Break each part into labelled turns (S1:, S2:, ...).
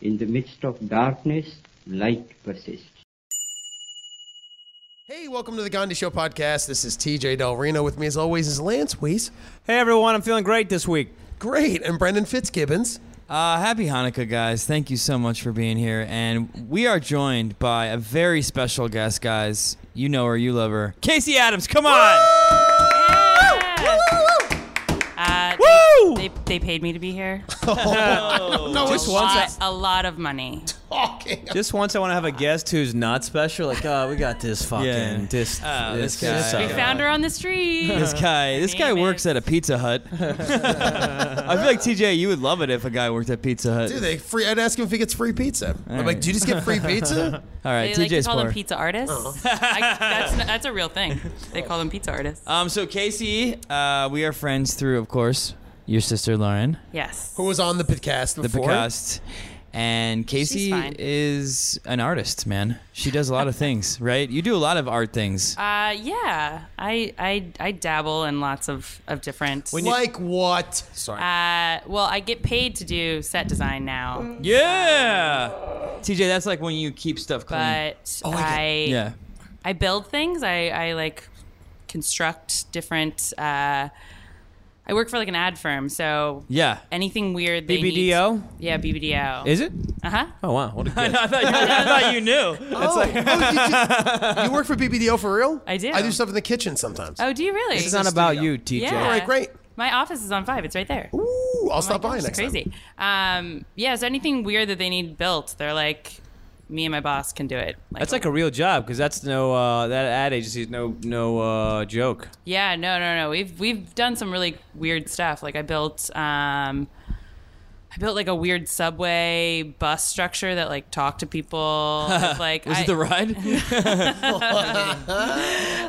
S1: In the midst of darkness, light persists.
S2: Hey, welcome to the Gandhi Show podcast. This is TJ Del Reno. With me, as always, is Lance Weiss.
S3: Hey everyone, I'm feeling great this week.
S2: Great. And Brendan Fitzgibbons.
S4: Uh, happy Hanukkah, guys. Thank you so much for being here. And we are joined by a very special guest, guys. You know her, you love her. Casey Adams, come on!
S5: Uh,
S3: Woo!
S5: They, they paid me to be here. Oh,
S2: No, it's
S5: a, lot, a lot of money.
S2: talking.
S3: Just once I want to have a guest who's not special. Like, oh, we got this fucking
S4: Yeah.
S3: this
S4: Oh,
S3: this,
S4: this guy.
S3: this
S4: We
S5: We
S3: sucker.
S5: found her on the street.
S4: This guy, this guy
S5: Name
S4: works
S5: it.
S4: at a Pizza Hut. I feel like TJ, you would love it if a guy worked at Pizza Hut.
S2: Dude, they free. I'd ask him if he gets free pizza. I'm like, do you just get free pizza?
S4: All
S5: They
S4: right,
S5: like to
S4: TJ's
S5: call
S4: part.
S5: them pizza artists. I, that's, n- that's a real thing. They call them pizza artists.
S4: Um, so Casey, uh, we are friends through, of course, your sister Lauren,
S5: Yes.
S2: Who was on the podcast
S4: the
S2: before?
S4: podcast, and Casey
S5: fine.
S4: is an artist, man. She does a lot of things, right? You do a lot of art things.
S5: Uh, yeah, I, I I dabble in lots of of different.
S2: Like what? Sorry.
S5: uh, well, I get paid to do set design now,
S4: Mm. Yeah. TJ, that's like when you keep stuff clean.
S5: but
S2: I get-
S5: I
S4: yeah.
S5: I build things. I, I like construct different. Uh, I work for like an ad firm, so
S4: Yeah.
S5: anything weird. They need-
S3: BBDO?
S5: yeah, BBDO.
S4: Is it?
S5: uh huh.
S3: Oh wow, what a good.
S4: I thought you, I thought you knew.
S2: oh, oh, you, just- you work for BBDO for real?
S5: I do.
S2: I do stuff in the kitchen sometimes.
S5: Oh, do you really?
S3: It's not about you, TJ.
S5: Yeah.
S2: All right, great.
S5: My office is on five. It's right there.
S2: Ooh, I'll
S5: My
S2: stop by
S5: gosh,
S2: next time.
S5: crazy. Um, yeah. So anything weird that they need built, they're like, me and my boss can do it.
S3: That's like a real job because that's no uh, that ad agency is no no uh, joke.
S5: Yeah, no, no, no. We've we've done some really weird stuff. Like I built um I built like a weird subway bus structure that like talked to people. It's like
S4: Was
S5: I,
S4: it the ride?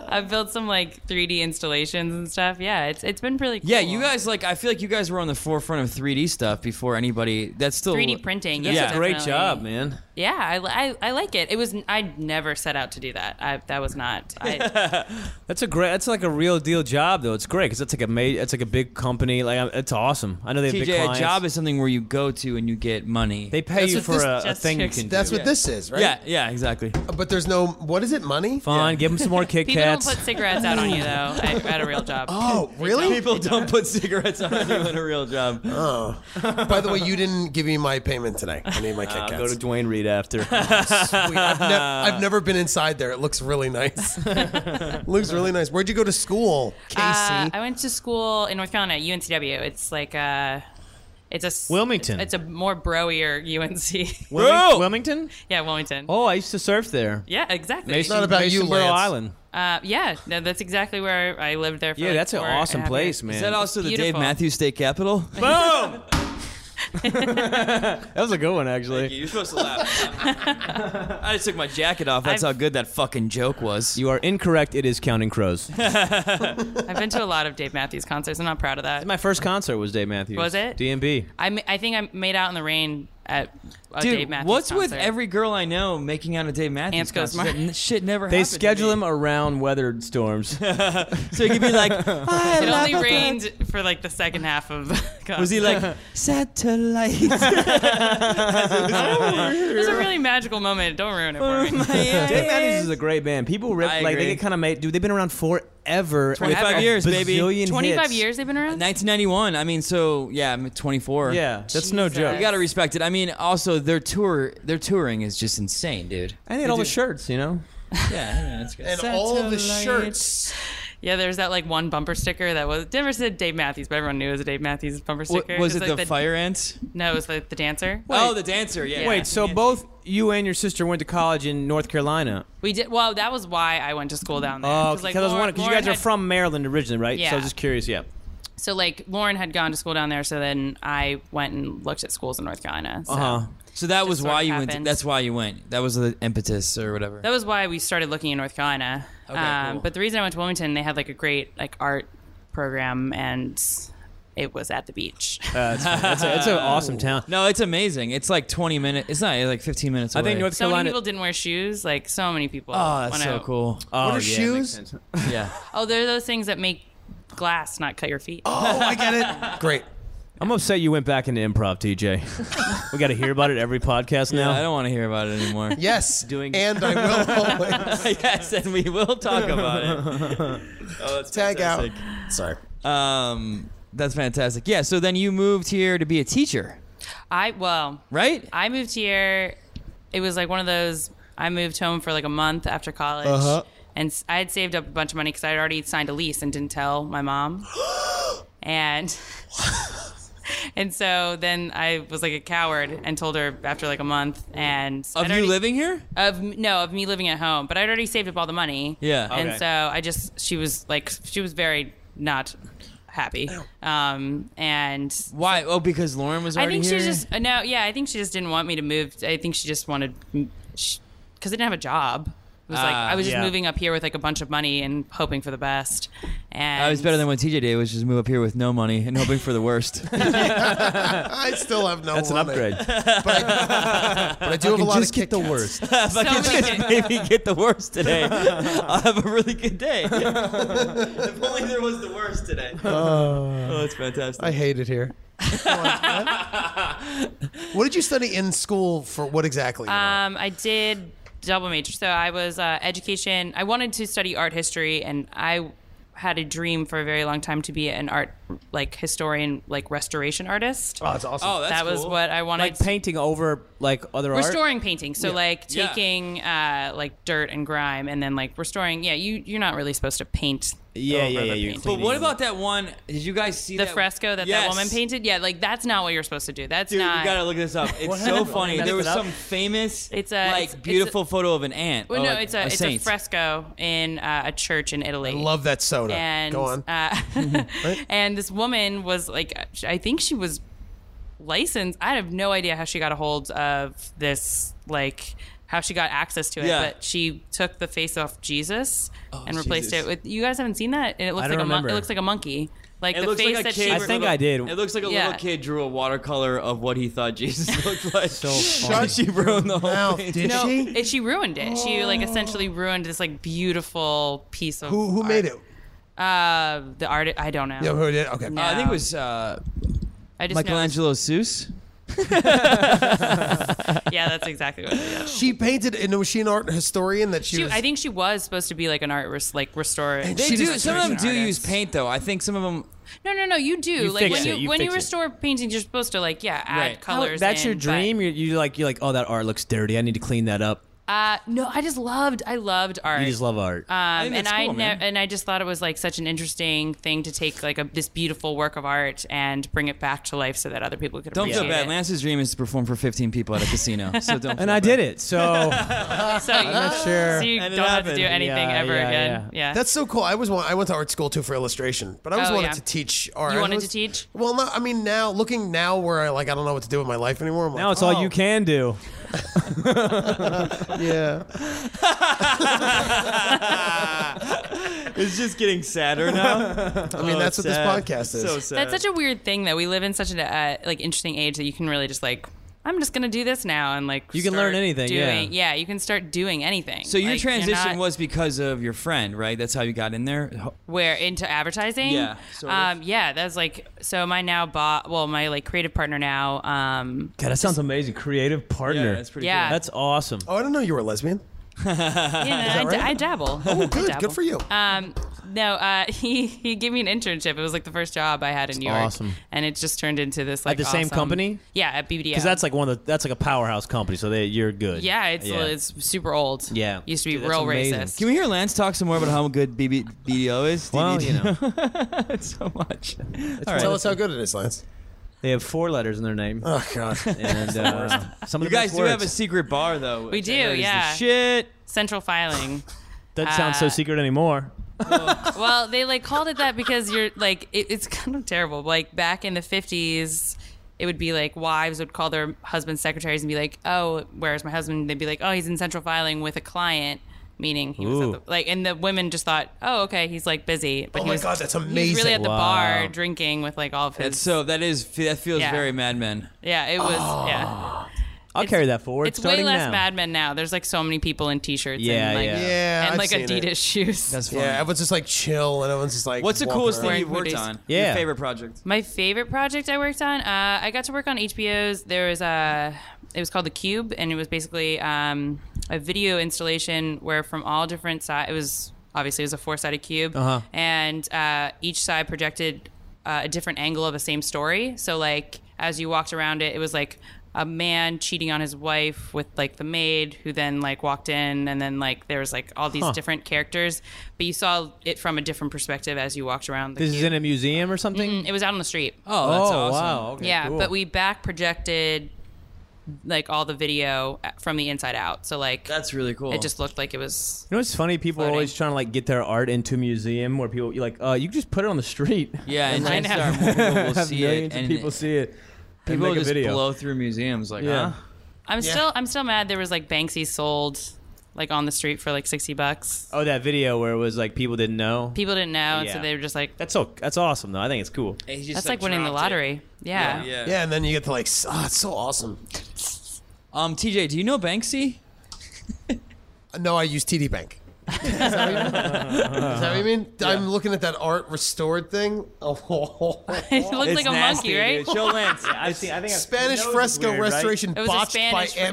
S5: I built some like 3D installations and stuff. Yeah, it's it's been really cool.
S4: yeah, you guys like. I feel like you guys were on the forefront of 3D stuff before anybody. That's still
S5: 3D printing.
S4: That's
S5: yeah,
S4: a
S3: Great
S5: definitely.
S3: job, man.
S5: Yeah, I, li- I, I like it. It was I never set out to do that. I that was not. I,
S3: That's a great. That's like a real deal job though. It's great because that's like a ma- It's like a big company. Like um, it's awesome. I know they have big
S4: TJ,
S3: clients.
S4: a job is something where you go to and you get money.
S3: they pay you
S2: what
S3: for
S2: this-
S3: a, a
S5: Just
S3: thing you
S5: chicks.
S3: can
S2: That's
S3: do.
S2: what this is, right?
S4: yeah, yeah, exactly.
S2: But there's no, what is it, money?
S3: Fun. Give them some more Kit
S5: people
S3: Kats.
S5: don't put cigarettes out on you though. I, at a real job.
S2: Oh, really?
S4: People don't put cigarettes on you in a real job.
S2: By the way, you didn't give me my payment today. I need my Kit Kats.
S3: Go to Dwayne Reed after.
S2: Sweet. I've, nev- I've never been inside there. It looks really nice. looks really nice. Where'd you go to school, Casey?
S5: Uh, I went to school in North Carolina, UNCW. It's like a, it's a s-
S3: Wilmington.
S5: It's, it's a more broier UNC.
S3: Wilming- Wilmington?
S5: yeah, Wilmington.
S3: Oh, I used to surf there.
S5: Yeah, exactly.
S3: Mason,
S2: not about you,
S3: Masonboro
S2: Lance.
S3: Island.
S5: uh, yeah, no, that's exactly where I lived there. For
S3: Yeah,
S5: like
S3: that's an
S5: four and a
S3: awesome
S5: half
S3: place,
S5: years.
S3: man.
S4: Is that also the Dave
S5: Beautiful.
S4: Matthews State Capitol?
S3: Boom! that was a good one, actually.
S4: You're supposed to laugh. I just took my jacket off. That's
S5: I've-
S4: how good that fucking joke was.
S3: You are incorrect. It is Counting Crows.
S5: I've been to a lot of Dave Matthews concerts. I'm not proud of that.
S3: My first concert was Dave Matthews.
S5: Was it?
S3: DMB.
S5: I, ma- I think I made out in the rain at a
S4: Dude,
S5: Dave Matthews
S4: what's with
S5: concert.
S4: every girl I know making out a Dave Matthews
S5: Ants goes
S4: concert?
S5: Martin.
S4: That shit never
S3: They
S4: happened to
S3: schedule
S4: me.
S3: him around weathered storms.
S4: so he could be like, I
S5: It
S4: love
S5: only rained for like the second half of. the concert.
S4: Was he like satellite?
S5: It was a really magical moment. Don't ruin it for me.
S3: Dave Matthews is a great band. People rip,
S4: I
S3: like they
S4: agree.
S3: get kind of made. Dude, they've been around forever.
S4: 25
S3: Like, a
S4: years, baby.
S3: bazillion
S5: 25
S3: hits.
S5: years they've been around.
S4: 1991. I mean, so yeah, I'm 24.
S3: Yeah, that's no
S5: Jesus.
S3: joke.
S4: You gotta respect it. I mean, also their tour, their touring is just insane, dude.
S3: and they had all the shirts, you know.
S4: Yeah, yeah, that's good.
S2: and all of the
S4: Satellite.
S2: shirts.
S5: Yeah, there's that like one bumper sticker that was never said Dave Matthews, but everyone knew it was a Dave Matthews bumper
S4: Wa-
S5: sticker.
S4: was it
S5: like
S4: the fire ants?
S5: No, it was the, the dancer.
S4: Oh, the dancer. Yeah.
S3: Wait, so both you and your sister went to college in North Carolina.
S5: We did. Well, that was why I went to school down there.
S3: Oh,
S5: 'Cause, like,
S3: because I was
S5: Lauren-
S3: wondering, because you
S5: Lauren
S3: guys are
S5: had-
S3: from Maryland originally, right? So I
S5: Yeah.
S3: was just curious. Yeah.
S5: So like Lauren had gone to school down there, so then I went and looked at schools in North Carolina. So
S3: Uh huh.
S4: So that was
S5: sort
S4: why
S5: of
S4: you went.
S5: happened.
S4: That's why you went. That was the impetus or whatever.
S5: that was why we started looking in North Carolina. Um,
S4: Okay, cool.
S5: But the reason I went to Wilmington, they had like a great like art program, and it was at the beach.
S3: That's a, it's an awesome town.
S4: no, it's amazing. It's like 20 minutes. It's not it's like 15 minutes.
S3: I think
S4: away.
S3: North
S5: so many
S3: Carolina.
S5: people didn't wear shoes. Like so many people.
S4: Oh, that's
S5: when
S4: so
S5: I-
S4: cool.
S3: Oh,
S2: What are
S3: yeah,
S2: shoes?
S3: makes sense.
S4: Yeah.
S5: Oh, they're those things that make glass not cut your feet.
S2: Oh, I get it. Great.
S3: I'm upset you went back into improv, TJ. we got to hear about it every podcast now.
S4: I don't want to hear about it anymore.
S2: Yes,
S4: Doing-
S2: and I will always
S4: yes, and we will talk about it. Oh, that's
S2: tag out.
S4: fantastic.
S2: Sorry.
S4: Um, that's fantastic. Yeah. So then you moved here to be a teacher,
S5: I well,
S4: right?
S5: I moved here. It was like one of those. I moved home for like a month after college,
S2: Uh-huh.
S5: and s- I had saved up a bunch of money because I had already signed a lease and didn't tell my mom. and and so then I was like a coward and told her after like a month. And
S4: Of
S5: I'd
S4: you
S5: already-
S4: living here?
S5: Of m- no, of me living at home, but I'd already saved up all the money.
S4: Yeah.
S5: and
S3: Okay.
S5: so I just she was like she was very not happy, um, and
S4: Why? Oh, because Lauren was
S5: I
S4: already
S5: think
S4: here.
S5: she just uh, no, yeah. I think she just didn't want me to move. I think she just wanted because I didn't have a job. It was like
S4: Ah,
S5: I was just
S3: yeah.
S5: moving up here with like a bunch of money and hoping for the best. And
S4: I was better than what TJ did, which is move up here with no money and hoping for the worst.
S2: I still have no.
S3: That's an
S2: money,
S3: upgrade.
S2: But I, but I do have a lot of Kit Kats.
S5: so many-
S4: Maybe get the worst today. I'll have a really good day. if only there was the worst today. oh, that's fantastic.
S2: I hate it here. what did you study in school for? What exactly?
S5: Um, I did double major, so I was uh, education. I wanted to study art history, and I had a dream for a very long time to be an art like historian, like restoration artist.
S2: oh, that's awesome.
S4: oh, that's
S5: that was
S4: cool.
S5: what I wanted.
S3: like painting over like other art.
S5: restoring painting so like
S4: Yeah.
S5: taking uh like dirt and grime and then like restoring yeah you you're not really supposed to paint
S3: Yeah,
S5: over
S4: Oh,
S3: yeah,
S5: the
S3: yeah, you're
S4: But
S5: painting.
S4: what about that one? Did you guys see
S5: the
S4: that
S5: fresco that
S4: Yes.
S5: that woman painted yeah like that's not what you're supposed to do that's
S4: Dude,
S5: not
S4: you gotta look this up. It's so funny.
S5: Look
S4: There was
S5: it up.
S4: some famous,
S5: It's a-
S4: like
S5: it's- it's a-
S4: beautiful photo of an ant.
S5: well
S4: or,
S5: no
S4: Oh, like,
S5: it's a, it's
S4: saint.
S5: a fresco in uh, a church in italy
S2: I love that soda.
S5: and
S2: Go on. Mm-hmm.
S5: uh, and this woman was like i think she was licensed i have no idea how she got a hold of this like how she got access to it
S4: Yeah. Oh,
S5: but she took the face off jesus and replaced
S4: Jesus.
S5: it with you guys haven't seen that and it looks
S3: don't
S5: like a mon-
S3: remember.
S5: it looks like a monkey like
S4: It
S5: the
S4: looks
S5: face
S4: like a
S5: that
S4: kid.
S5: she
S3: I
S5: re-
S3: think I did.
S4: It looks like a
S5: Yeah.
S4: little kid drew a watercolor of what he thought Jesus looked like. Uh, so
S3: funny.
S4: she ruined the whole
S2: Mouth,
S4: thing.
S2: did
S5: no,
S2: she? Oh.
S5: it- she ruined it. She like essentially ruined this like beautiful piece of
S2: Who who made it?
S5: uh the art. I don't know.
S2: Yeah, who did? Okay.
S5: No.
S4: Uh, I think it was uh,
S5: I just know-
S4: Michelangelo Seuss.
S5: Yeah, that's exactly what. It is.
S2: She painted, and was she an art historian? That she,
S5: She,
S2: was,
S5: I think she was supposed to be like an art, res- like restorer.
S2: And
S4: They
S2: She
S4: do.
S2: just-
S4: Some of them do
S5: Artist.
S4: use paint, though. I think some of them.
S5: No, no, no. You do. like
S3: fix
S5: when
S3: it,
S5: you,
S3: you
S5: when
S3: fix
S5: you
S3: it.
S5: restore paintings, you're supposed to like yeah add
S4: Right.
S3: Oh,
S5: colors.
S3: that's your
S5: in, but-
S3: dream. You you like you like oh that art looks dirty. I need to clean that up.
S5: uh, no, I just loved. I loved art.
S3: You just love art.
S5: um,
S4: think
S5: and
S4: that's
S5: I
S4: cool,
S5: ne-
S4: man.
S5: and I just thought it was like such an interesting thing to take like a, this beautiful work of art and bring it back to life so that other people could
S4: Don't
S5: appreciate
S4: feel bad.
S5: it.
S4: Lance's dream is to perform for 15 people at a casino. So don't.
S3: and I did it. So
S5: So, you-
S3: sure.
S5: so you
S4: And it
S5: don't have to
S4: happened.
S5: do anything
S3: Yeah,
S5: ever
S3: yeah,
S5: again.
S3: yeah.
S5: Yeah.
S2: That's so cool. I was one, I went to art school too for illustration, but I always
S5: Oh,
S2: wanted
S5: yeah.
S2: to teach art.
S5: You
S2: I
S5: wanted
S2: was-
S5: to teach?
S2: Well, no. I mean, now looking now where I like I don't know what to do with my life anymore. I'm like,
S3: now it's
S2: oh,
S3: all you can do.
S2: Yeah.
S4: It's just getting sadder now.
S2: I mean, that's what this podcast is.
S5: That's such a weird thing that we live in such an uh, like interesting age that you can really just like I'm just gonna do this now and like
S3: You can
S5: start
S3: learn anything, yeah.
S5: Doing, you can start doing anything.
S4: So your
S5: Like, you're
S4: transition
S5: not-
S4: was because of your friend, right? That's how you got in there.
S5: where into advertising.
S4: Yeah, sort of.
S5: um, yeah. That was like so. My now bought well, my like creative partner now. Um,
S3: God, that sounds amazing. Creative partner.
S4: that's pretty
S5: Yeah.
S3: That's awesome.
S2: Oh, I didn't know you were a lesbian.
S5: you know, I, d- I dabble.
S3: Oh,
S5: I
S2: Good.
S5: dabble.
S2: Good for you.
S5: Um, no, uh, he he gave me an internship. It was like the first job I had in New York,
S3: awesome.
S5: and it just turned into this like
S3: the same
S5: awesome-
S3: company?
S5: Yeah, at BBDO.
S3: Because that's like one of the that's like a powerhouse company. So they, you're good.
S5: yeah, it's it's super old.
S3: Yeah.
S5: used to be
S3: Dude, that's
S5: real
S3: amazing.
S5: racist.
S4: Can we hear Lance talk some more about how good BB- BDO is?
S3: Well,
S4: DBDO?
S3: you know,
S4: so much. All
S2: Tell
S4: right.
S2: us how good it is, Lance.
S3: they have four letters in their name,
S2: Oh God.
S3: and uh, some of
S4: You
S3: the
S4: guys
S3: best
S4: do have a
S3: words.
S4: secret bar, though.
S5: We
S4: and
S5: do,
S4: that is the
S5: yeah.
S4: Shit.
S5: Central filing.
S3: Doesn't sound so
S5: uh,
S3: secret anymore.
S5: well, they like called it that because you're like it, it's kind of terrible. Like back in the fifties, it would be like wives would call their husband's secretaries and be like, "Oh, where's my husband?" They'd be like, "Oh, he's in central filing with a client." Meaning he was
S3: Ooh.
S5: at the, like, and the women just thought, "Oh, okay, he's like busy." But
S2: Oh
S5: he
S2: my
S5: was,
S2: God, that's
S5: he was
S2: amazing.
S5: really at the
S3: Wow.
S5: bar drinking with like all of his.
S4: That's so. That is. That feels
S5: Yeah.
S4: very Mad Men.
S5: yeah, it was. Yeah,
S2: Ah.
S3: I'll carry that forward.
S5: it's way
S3: starting
S5: less
S3: now.
S5: Mad Men now. There's like so many people in t-shirts.
S3: Yeah,
S5: and, like,
S3: yeah.
S2: Yeah. Yeah,
S5: and
S2: I've
S5: like
S2: seen it.
S5: Adidas shoes.
S4: That's fun.
S2: Yeah, everyone's just like chill, and everyone's just like.
S4: What's the
S2: walking
S4: coolest
S2: around.
S4: thing you've worked
S5: Hoodies.
S4: on?
S3: Yeah.
S4: Your favorite project?
S5: My favorite project I worked on, uh, I got to work on HBO's. There was a, it was called the Cube, and it was basically um, a video installation where from all different sides, it was obviously it was a four-sided cube,
S3: Uh-huh.
S5: and uh, each side projected uh, a different angle of a same story. So like as you walked around it, it was like a man cheating on his wife with like the maid who then like walked in and then like there was like all these different characters but you saw it from a different perspective as you walked around the
S3: This is
S5: cube.
S3: in a museum or something.
S5: Mm, it was out on the street
S4: Mm-hmm. Oh, that's awesome.
S3: wow. Okay,
S5: yeah,
S3: cool.
S5: but we back projected like all the video at- from the inside out. So like
S4: That's really cool.
S5: it just looked like it was
S3: You know what's funny? People are
S5: Floating.
S3: always trying to like get their art into a museum where people you like uh, you can just put it on the street.
S4: yeah, and
S5: I
S4: chances
S5: know.
S4: are more people will
S3: Have
S4: see it,
S3: millions of
S4: and
S3: people
S4: it-
S3: see it. and
S4: people
S3: make a
S4: just
S3: video.
S4: blow through museums like,
S3: Yeah.
S4: huh?
S5: I'm still I'm still mad there was like Banksy sold like on the street for like 60 bucks.
S3: Oh, that video where it was like people didn't know.
S5: People didn't know and so
S3: Yeah.
S5: they were just like
S3: that's
S5: that's,
S3: so that's awesome though. I think it's cool.
S4: And he just,
S5: like, winning the
S4: dropped it.
S5: lottery. Yeah.
S4: Yeah.
S2: Yeah, and then you get to like, s- ah, it's so awesome.
S4: Um, TJ, do you know Banksy?
S2: No, I use TD Bank. Is that what you mean? Is that what you mean? I'm looking at that art restored thing. Oh,
S5: it looked like a monkey, right?
S4: Show Lance.
S3: I've seen. I think
S2: Spanish fresco restoration
S5: It was a
S2: botched
S5: Spanish
S2: by
S5: fre-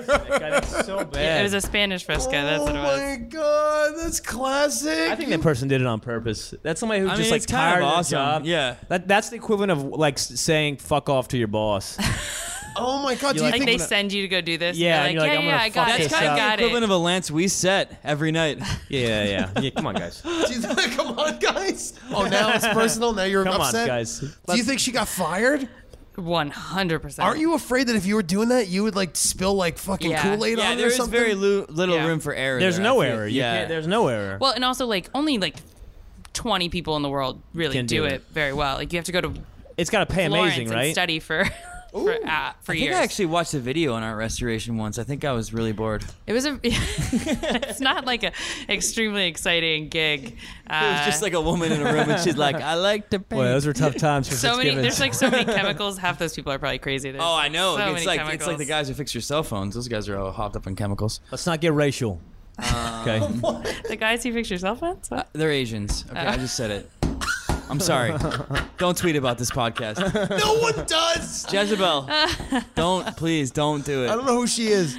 S2: amateur.
S3: so
S5: It
S3: bad.
S5: was a Spanish fresco, that's
S2: oh
S5: what it was.
S2: my god, that's classic.
S3: I think that person did it on purpose. That's somebody who's
S4: I mean,
S3: just like
S4: it's
S3: tired
S4: kind of
S3: their
S4: awesome.
S3: job.
S4: Yeah.
S3: That, that's the equivalent of like s- saying "fuck off" to your boss.
S2: oh my god, do you
S5: Like
S2: think
S5: they send you to go do this.
S3: Yeah,
S5: and
S3: and
S5: you're like,
S3: you're like,
S5: yeah, yeah, I
S3: I'm gonna
S5: got
S3: fuck
S5: it.
S4: That's
S3: this
S4: kind
S5: I
S4: of
S3: up.
S5: got
S4: the equivalent of
S5: it.
S4: a Lance we set every night.
S3: yeah, yeah, yeah. Come on, guys. Come
S2: Do you think, come on, guys. Oh, now it's personal. Now you're
S3: on,
S2: upset.
S3: guys.
S2: Do you think she got fired?
S5: 100%.
S2: Aren't you afraid that if you were doing that, you would like spill like fucking
S5: Yeah.
S2: Kool Aid
S4: yeah,
S2: on
S4: there
S2: or
S4: is
S2: something?
S4: very lu- little
S5: Yeah.
S4: room for error.
S3: There's
S4: there,
S3: no
S4: I feel.
S3: error. You
S4: Yeah.
S3: can't- there's no error.
S5: Well, and also like only like 20 people in the world really
S3: Can do
S5: do
S3: it.
S5: it very well. Like you have to go to
S3: it's got to pay
S5: Florence
S3: amazing,
S5: and
S3: right?
S5: study for for, uh, for
S4: I think
S5: years.
S4: I actually watched a video on art restoration once. I think I was really bored.
S5: it was a. it's not like a extremely exciting gig. Uh,
S4: it was just like a woman in a room, and she's like, "I like to paint."
S3: Boy, those were tough times for
S5: so many.
S3: Fitzgibbons.
S5: There's like so many chemicals. Half those people are probably crazy. There's
S4: oh, I know.
S5: So
S4: it's
S5: many
S4: like it's
S5: chemicals.
S4: like the guys who fix your cell phones. Those guys are all hopped up on chemicals.
S3: Let's not get racial. okay.
S5: Uh, The guys who fix your cell phones. What?
S4: They're Asians. Okay, I just said it. I'm sorry. don't tweet about this podcast,
S2: no one does.
S4: Jezebel. don't please don't do
S2: I
S4: it.
S2: don't know who she is.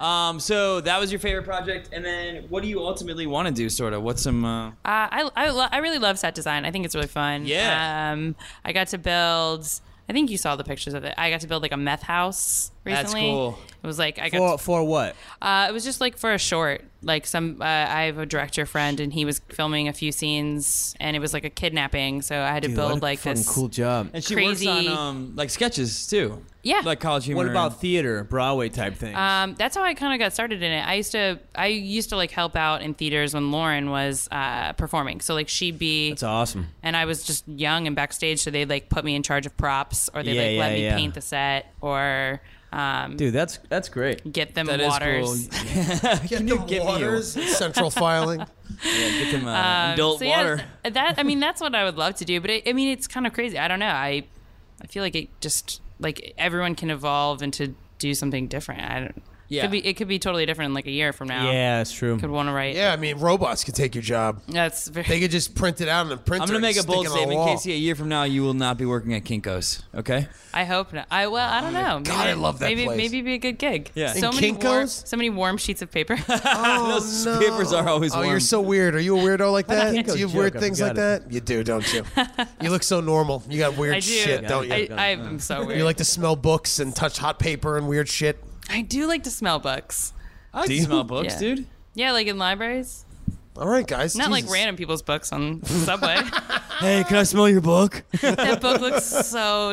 S4: Um, so that was your favorite project, and then what do you ultimately want to do? Sort of. What's some? Uh,
S5: Uh, I I, lo- I really love set design. I think it's really fun.
S4: Yeah.
S5: Um, I got to build. I think you saw the pictures of it. I got to build like a meth house recently.
S4: That's cool.
S5: It was like I got
S3: For,
S5: to
S3: for what?
S5: Uh, it was just like for a short. Like some, uh, I have a director friend, and he was filming a few scenes, and it was like a kidnapping. So I had to build like this.
S3: cool job.
S4: and she works
S5: Crazy-
S4: on um, like sketches too.
S5: Yeah.
S4: Like college humor.
S3: What
S4: and-
S3: about theater, Broadway type things?
S5: Um, that's how I kind of got started in it. I used to, I used to like help out in theaters when Lauren was uh, performing. So like she'd be,
S3: That's awesome.
S5: and I was just young and backstage, so they'd like put me in charge of props, or they
S3: Yeah,
S5: like
S3: yeah,
S5: let me
S3: yeah.
S5: paint the set, or um,
S3: Dude, that's that's great.
S5: get them
S4: That is
S5: waters.
S4: cool.
S2: Get
S4: you
S2: the
S4: give me
S2: waters. Central filing.
S4: Yeah, get them uh, adult
S5: Um, so yeah,
S4: water.
S5: th- that I mean, that's what I would love to do. But it, I mean, it's kind of crazy. I don't know. I I feel like it just like everyone can evolve and to do something different. I don't.
S4: Yeah.
S5: Could be, it could be totally different in like a year from now.
S3: Yeah, that's true.
S5: Could want to write.
S2: Yeah, I mean, robots could take your job.
S5: That's very.
S2: They could just print it out on a printer.
S4: I'm gonna
S2: and
S4: make a
S2: stick
S4: bold
S2: it on
S4: statement,
S2: wall.
S4: Casey. A year from now, you will not be working at Kinkos. Okay.
S5: I hope not. I well, I don't know. Maybe,
S2: Oh God, I love that
S5: Maybe
S2: place.
S5: maybe it'd be a good gig.
S4: Yeah.
S5: So
S2: And
S5: many warm,
S2: Kinko's?
S5: so many warm sheets of paper.
S2: Oh,
S4: Those
S2: no.
S4: papers are always
S2: Oh, you're
S4: warm.
S2: so weird. Are you a weirdo like that?
S3: think it
S2: Do
S3: was
S2: you
S3: a
S2: have weird
S3: joke. I
S2: things like
S3: forgot
S2: that? You do, don't you? you look so normal. You got weird
S5: I do.
S2: shit, don't you?
S5: I, I'm so weird.
S2: you like to smell books and touch hot paper and weird shit.
S5: I do like to smell books.
S4: I like to smell books,
S5: Yeah.
S4: dude.
S5: Yeah, like in libraries.
S2: All right, guys.
S5: Not like
S2: Jesus.
S5: random people's books on Subway. Ah.
S4: Hey, can I smell your book?
S5: that book looks so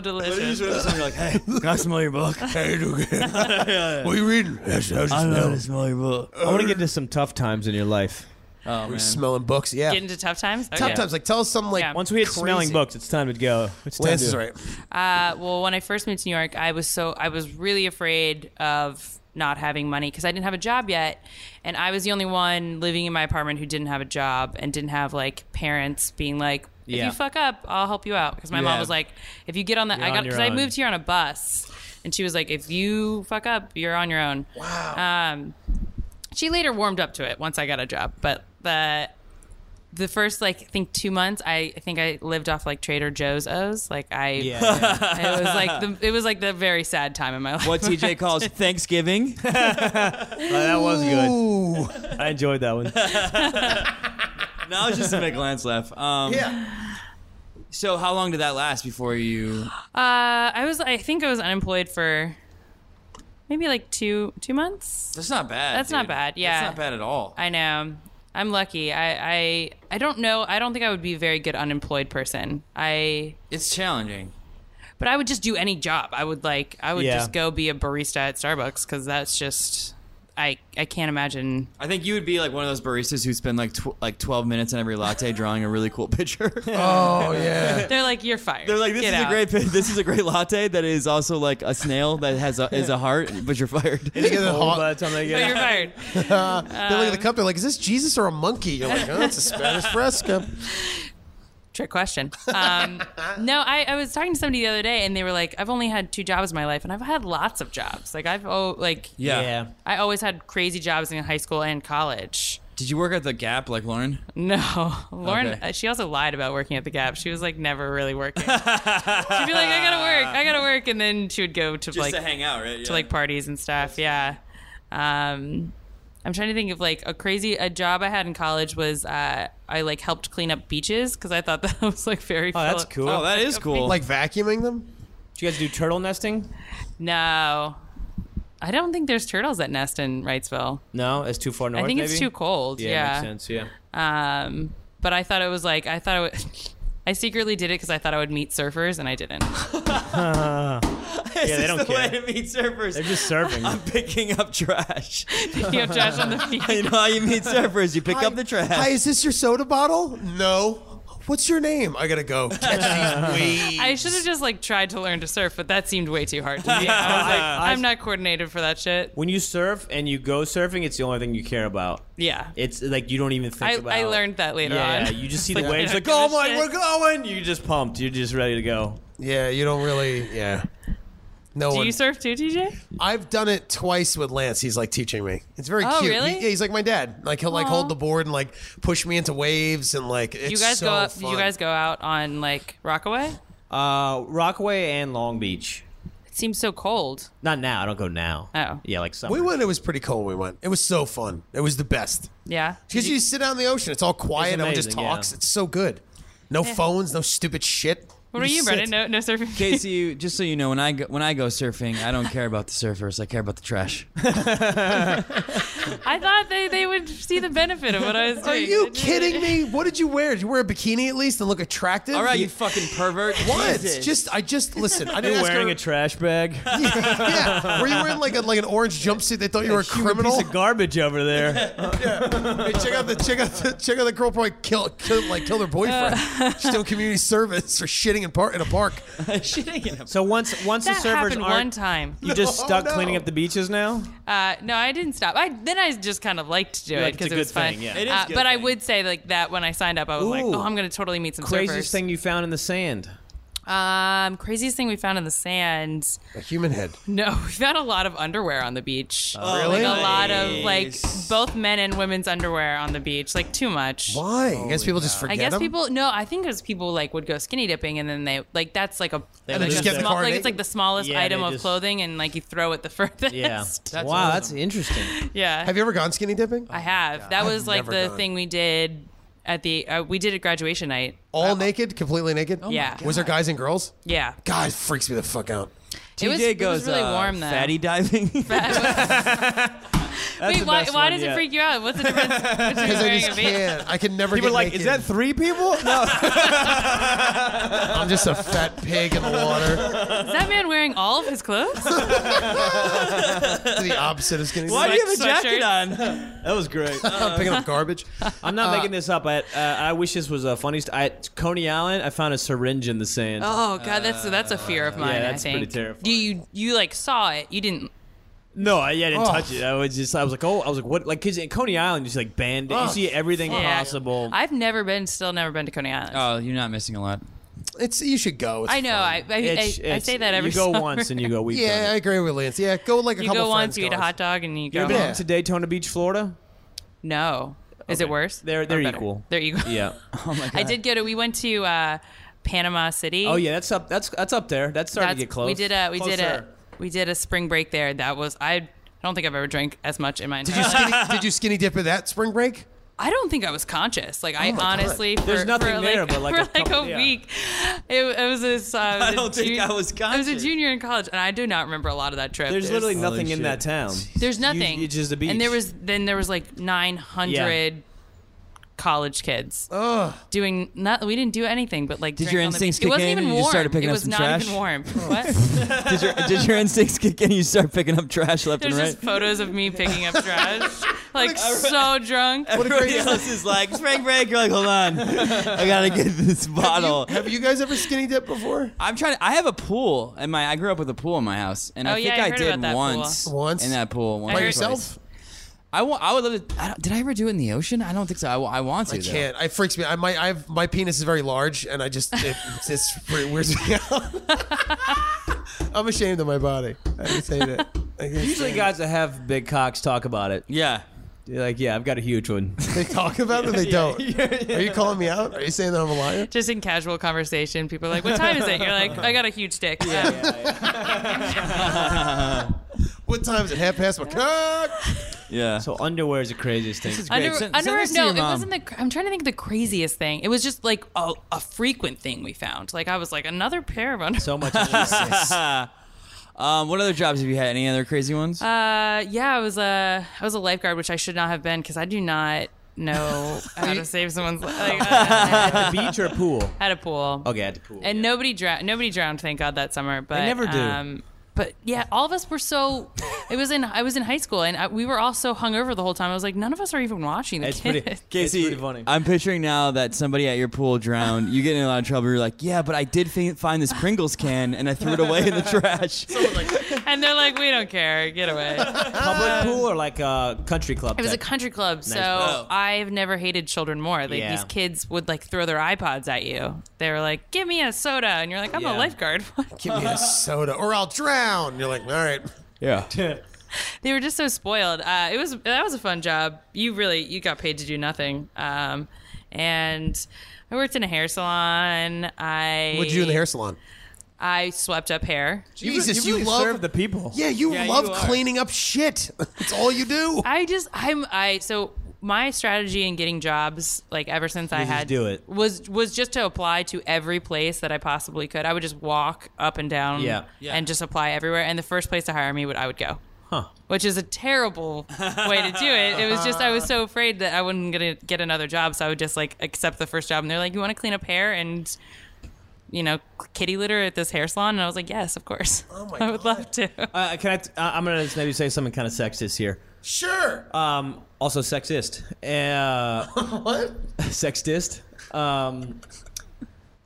S5: delicious.
S4: you're like, hey, can I smell your book?
S2: Hey, dude. what are you reading? That's how you
S4: I love
S2: smell.
S4: to smell your book.
S3: I want to get into some tough times in your life.
S4: Oh man.
S2: Smelling books, yeah.
S5: Get into tough times.
S2: Tough
S5: Okay.
S2: times. Like, tell us something like.
S5: Yeah.
S3: Once we hit smelling books, it's time to go. It's time
S2: Lance
S3: to,
S2: is right.
S5: Uh, well, when I first moved to New York, I was so I was really afraid of not having money because I didn't have a job yet, and I was the only one living in my apartment who didn't have a job and didn't have like parents being like, "If
S3: Yeah.
S5: you fuck up, I'll help you out." Because my
S4: You
S5: mom
S4: have-
S5: was like, "If you get on the,"
S3: You're
S5: I
S3: on
S5: got
S3: your
S5: because I
S3: own.
S5: moved here on a bus, and she was like, "If you fuck up, you're on your own." Wow. Um, She later warmed up to it once I got a job, but the the first like I think two months, I, I think I lived off like Trader Joe's O's. Like I, it was like the it was like the very sad time in my life.
S4: What TJ calls Thanksgiving.
S6: that was good. I enjoyed that one.
S4: no, it's just to make Lance laugh. Um,
S2: Yeah.
S4: So how long did that last before you?
S5: Uh, I was I think I was unemployed for maybe like two two months.
S4: That's not bad.
S5: That's not
S4: dude.
S5: bad, yeah.
S4: That's not bad at all.
S5: I know. I'm lucky. I, I I don't know. I don't think I would be a very good unemployed person. I
S4: It's challenging.
S5: but I would just do any job. I would like I would
S6: Yeah.
S5: just go be a barista at Starbucks cuz that's just I I can't imagine.
S4: I think you would be like one of those baristas who spend like tw- like 12 minutes in every latte drawing a really cool picture.
S2: Oh yeah.
S5: They're like you're fired.
S4: They're like, this
S5: Get
S4: is
S5: out."
S4: a great pi- this is a great latte that is also like a snail that has a is a heart, but you're fired.
S2: They get the
S6: All
S2: hot-
S6: by the time they
S5: But
S6: get
S5: you're fired.
S2: they look at the cup. They're like, "Is this Jesus or a monkey?" You're like, "Oh, it's a Spanish fresco."
S5: Trick question. Um, no, I, I was talking to somebody the other day, and they were like, "I've only had two jobs in my life, and I've had lots of jobs. Like I've oh, like
S4: Yeah.
S6: yeah.
S5: I always had crazy jobs in high school and college.
S4: Did you work at the Gap like Lauren?
S5: No, Lauren.
S4: Okay.
S5: uh, She also lied about working at the Gap. She was like never really working. She'd be like, "I gotta work, I gotta work," and then she would go to like
S4: hang out, right?
S5: to like parties and stuff. Yeah. Um, I'm trying to think of like a crazy a job I had in college was uh, I like helped clean up beaches because I thought that was like very.
S6: Oh, that's cool.
S4: oh, that is cool.
S2: Like vacuuming them.
S6: Did you guys do turtle nesting?
S5: No. I don't think there's turtles that nest in Wrightsville.
S6: No, it's too far north.
S5: I think it's
S6: maybe?
S5: too cold.
S6: Yeah,
S5: Yeah.
S6: makes sense. Yeah.
S5: Um, but I thought it was like I thought I would. I secretly did it because I thought I would meet surfers, and I didn't.
S6: yeah, they don't care.
S4: to meet surfers.
S6: They're just surfing.
S4: picking up trash.
S5: you have Josh on the
S4: you
S5: feet.
S4: know how you meet surfers? You pick up the trash.
S2: Hi, is this your soda bottle? No. What's your name? I gotta go. Catch these waves.
S5: I should have just like tried to learn to surf, but that seemed way too hard to me. I was like,
S6: I- I-
S5: I'm not coordinated for that shit.
S6: when you surf and you go surfing, it's the only thing you care about.
S5: Yeah,
S6: It's like you don't even think
S5: I,
S6: about.
S5: I learned that later
S6: Yeah, yeah,
S5: on.
S6: you just see
S5: Like,
S6: the
S5: I
S6: waves
S5: don't
S6: like,
S5: give
S6: oh
S5: a
S6: my,
S5: shit."
S6: we're going. You're just pumped. You're just ready to go.
S2: Yeah, you don't really. Yeah. No
S5: Do
S2: one.
S5: you surf too, TJ?
S2: I've done it twice with Lance. He's like teaching me. It's very
S5: Oh,
S2: cute.
S5: really?
S2: He- yeah, he's like my dad. Like he'll like hold the board and like push me into waves and like it's
S5: You guys
S2: so
S5: go. Out,
S2: fun.
S5: you guys go out on like Rockaway.
S6: Uh, Rockaway and Long Beach.
S5: It seems so cold.
S6: Not now. I don't go now.
S5: Oh.
S6: Yeah, like summer.
S2: We went. It was pretty cold. We went. It was so fun. It was the best
S5: Yeah.
S2: because you sit out in the ocean. It's all quiet.
S6: It's
S2: Everyone just
S6: amazing, yeah.
S2: talks. It's so good. No phones. No stupid shit.
S5: What are you,
S2: just
S5: Brendan?
S2: sit.
S5: No, no surfing.
S4: Casey, you- just so you know, when I go, when I go surfing, I don't care about the surfers. I care about the trash.
S5: I thought they, they would see the benefit of what I was doing.
S2: Are you kidding me? What did you wear? Did you wear a bikini at least and look attractive?
S4: All right, you fucking pervert.
S2: What?
S4: Jesus.
S2: Just I just listen. I
S6: You're
S2: didn't ask
S6: wearing
S2: her-
S6: a trash bag.
S2: yeah. Were you wearing like a, like an orange jumpsuit? They thought you were a criminal.
S6: Piece of garbage over there.
S2: Hey, check out the check out the check out the girl probably kill, kill like kill her boyfriend. She's doing community service for shitting in par- in a park.
S4: shitting in a
S6: So once once
S5: That
S6: the servers
S5: happened one
S6: aren't,
S5: time.
S6: you just
S2: No,
S6: stuck
S2: no.
S6: cleaning up the beaches now.
S5: Uh, no, I didn't stop. I then I just kind of liked to do it
S6: liked
S5: because
S6: the
S5: it was
S6: good
S5: fun.
S6: thing, yeah.
S4: It is
S5: Uh,
S4: good
S5: but I
S4: thing.
S5: would say like that when I signed up, I was like,
S6: Ooh.
S5: oh, I'm gonna totally meet some
S6: Craziest
S5: surfers.
S6: thing you found in the sand.
S5: Um, craziest thing we found in the sand.
S2: A human head.
S5: No, we found a lot of underwear on the
S6: Oh,
S5: beach.
S2: really?
S5: Like a lot of like
S4: Nice.
S5: both men and women's underwear on the beach. Like too much.
S2: Why? I guess people just forget
S5: I guess
S2: 'em?
S5: people no. I think because people like would go skinny dipping, and then they like that's like a
S6: And
S5: like,
S6: just
S5: a
S6: get in the
S5: small-
S2: car
S5: like
S2: naked?
S5: it's like the smallest
S6: Yeah,
S5: item
S6: they
S5: of
S6: just-
S5: clothing, and like you throw it the furthest.
S6: Yeah.
S4: That's
S6: wow,
S4: awesome.
S6: that's interesting.
S5: yeah.
S2: Have you ever gone skinny dipping?
S5: I have. That
S2: I've
S5: was like
S2: never
S5: the
S2: done it.
S5: thing we did at the uh, we did at graduation night.
S2: All naked, completely naked. Oh
S5: my Yeah. God.
S2: Was there guys and girls?
S5: Yeah,
S2: God, it freaks me the fuck out.
S5: it was,
S4: TJ
S5: it was
S4: goes
S5: really
S4: uh,
S5: warm though.
S4: Fatty diving.
S5: Wait, why,
S6: best
S5: why
S6: one
S5: does it
S6: yet.
S5: freak you out? What's the difference between
S2: Because I
S5: wearing a
S2: just
S5: vest?
S2: can't. I can never.
S6: People are
S2: get
S6: like, is that
S2: naked.
S6: three people? No.
S2: I'm just a fat pig in the water.
S5: Is that man wearing all of his clothes?
S2: the opposite of skinny.
S4: Why do
S2: dipping.
S4: you have a jacket on?
S6: that was great.
S2: I'm picking up garbage.
S6: I'm not making this up. I, uh, I wish this was a funny. St- I, Coney Island, I found a syringe in the sand.
S5: Oh god, that's that's a fear of mine.
S6: that's
S5: I
S6: pretty
S5: think.
S6: terrifying.
S5: You, you you like saw it. You didn't.
S6: No, I, yeah, I didn't
S2: Oh.
S6: touch it. I was just, I was like, oh, I was like, what? Like, cause in Coney Island, you see like band,
S2: Oh,
S6: you see everything
S5: Yeah.
S6: possible.
S5: I've never been. Still never been to Coney Island.
S4: Oh, you're not missing a lot.
S2: It's you should go. It's
S5: I know.
S2: fun.
S5: I I,
S6: It's-
S5: I, I
S6: it's-
S5: say that every
S6: You go
S5: summer.
S6: once and you go. We've
S2: yeah,
S6: done
S2: I
S6: it.
S2: agree with Lance. Yeah, go like a
S5: You
S2: couple
S5: go
S2: friends
S5: once, you eat a
S2: goes.
S5: hot dog, and you
S6: You
S5: go.
S6: ever been
S2: Yeah.
S6: to Daytona Beach, Florida?
S5: No. Is it worse?
S6: They're-
S5: Or
S6: they're
S5: better?
S6: equal.
S5: They're equal.
S6: Yeah.
S5: I did go to. We went to uh, Panama City.
S6: Oh yeah, that's up. That's that's up there. That's starting
S5: That's,
S6: to get close.
S5: We did a we did a
S6: Closer.
S5: we did a spring break there. That was I. I don't think I've ever drank as much in my entire
S2: Did you
S5: life.
S2: skinny, did you skinny dip at that spring break?
S5: I don't think I was conscious. Like I
S2: my God.
S5: honestly, for,
S6: Oh There's nothing
S5: for
S6: there
S5: like,
S6: but, like,
S5: for
S6: a
S5: like
S6: couple-
S5: a
S6: yeah.
S5: week. It, it was this. Uh, I
S4: don't think I was
S5: I was
S4: conscious.
S5: a junior in college, and I do not remember a lot of that trip.
S6: There's literally
S4: Holy
S6: nothing in
S4: shit.
S6: that town.
S5: there's nothing.
S6: it's just the beach.
S5: And there was then there was like 900 college kids
S2: Ugh.
S5: doing not. We didn't do anything, but like
S4: Did
S5: drank
S4: your
S5: on the
S4: instincts
S5: beach.
S4: kick
S5: It wasn't
S4: in
S5: even
S4: and you
S5: warm.
S4: just started picking
S5: it
S4: up
S5: was
S4: some
S5: not
S4: trash?
S5: even warm. What?
S4: Did your, did your instincts kick in? and You start picking up trash left
S5: There's
S4: and right.
S5: just photos of me picking up trash, like so drunk.
S4: Everybody else is like spring break. You're like, hold on, I gotta get this bottle.
S2: Have you guys ever skinny dipped before?
S4: I'm trying. To, I have a pool, and my I grew up with a pool in my house, and
S5: Oh,
S4: I
S5: yeah,
S4: think
S5: I
S4: I,
S5: heard
S4: did
S5: about that pool.
S4: once,
S2: Once?
S4: in that pool once or
S5: I
S2: By
S5: heard-
S4: twice.
S2: yourself?
S4: I wa- I would love to. I don't- did I ever do it in the ocean? I don't think so. I, wa- I want to.
S2: I
S4: though.
S2: can't. I freaks me. I my I've, my penis is very large, and I just it, it's just pretty weirds me out. I'm ashamed of my body. I just hate it. I just-
S6: Usually guys that have big cocks talk about it.
S4: Yeah.
S6: You're like, yeah, I've got a huge one.
S2: they talk about it, they don't. Are you calling me out? Are you saying that I'm a liar?
S5: just in casual conversation, people are like, "What time is it?" You're like, "I got a huge dick." Yeah,
S2: What time is it? Half past my cock.
S4: Yeah.
S6: So underwear is the craziest thing.
S4: Great. Send- send this to
S5: no,
S4: your
S5: it
S4: mom.
S5: wasn't the. cr- I'm trying to think of the craziest thing. It was just like a, a frequent thing we found. Like I was like another pair of underwear.
S6: so much. Jesus.
S4: um, what other jobs have you had? Any other crazy ones?
S5: uh, yeah, I was a I was a lifeguard, which I should not have been because I do not know how to save someone's. li- Like, uh,
S6: At the beach or pool?
S5: at a pool.
S6: Okay, at the pool.
S5: And nobody drowned. Nobody drowned. Thank God that summer. But
S6: never do.
S5: Um, but yeah, all of us were so. It was in. I was in high school, and I, we were all so hungover the whole time. I was like, none of us are even watching the
S6: It's
S5: kids.
S6: pretty. Casey, it's pretty funny.
S4: I'm picturing now that somebody at your pool drowned. You get in a lot of trouble. You're like, yeah, but I did fi- find this Pringles can and I threw it away in the trash.
S5: and they're like, we don't care. Get away.
S6: Public pool or like a country club?
S5: It was a
S6: type?
S5: country club, so
S6: Oh.
S5: I've never hated children more. Like
S6: Yeah.
S5: these kids would like throw their iPods at you. They were like, "Give me a soda," and you're like, "I'm a
S6: Yeah.
S5: lifeguard."
S2: Give me a soda, or I'll drown. You're like, all right.
S4: yeah.
S5: they were just so spoiled. Uh, it was that was a fun job. You really you got paid to do nothing. Um, and I worked in a hair salon. I
S2: What'd you do in the hair salon?
S5: I swept up hair.
S2: Jesus,
S6: you,
S2: you,
S6: really serve
S2: love.
S6: the people.
S2: yeah, you
S4: Yeah,
S2: love
S4: you are.
S2: cleaning up shit. That's all you do.
S5: I just I'm I so my strategy in getting jobs like ever since I
S6: just
S5: had
S6: do it.
S5: was was just to apply to every place that I possibly could. I would just walk up and down
S6: Yeah. Yeah.
S5: and just apply everywhere and the first place to hire me would I would go.
S6: Huh.
S5: Which is a terrible way to do it. It was just I was so afraid that I wasn't gonna get another job, so I would just like accept the first job and they're like, You wanna clean up hair and you know, kitty litter at this hair salon, and I was like, "Yes, of course. Oh
S2: my
S5: I would love to."
S6: Uh, can I? T- uh, I'm gonna just maybe say something kind of sexist here.
S2: Sure.
S6: Um, also sexist. Uh,
S2: what?
S6: sexist. Um,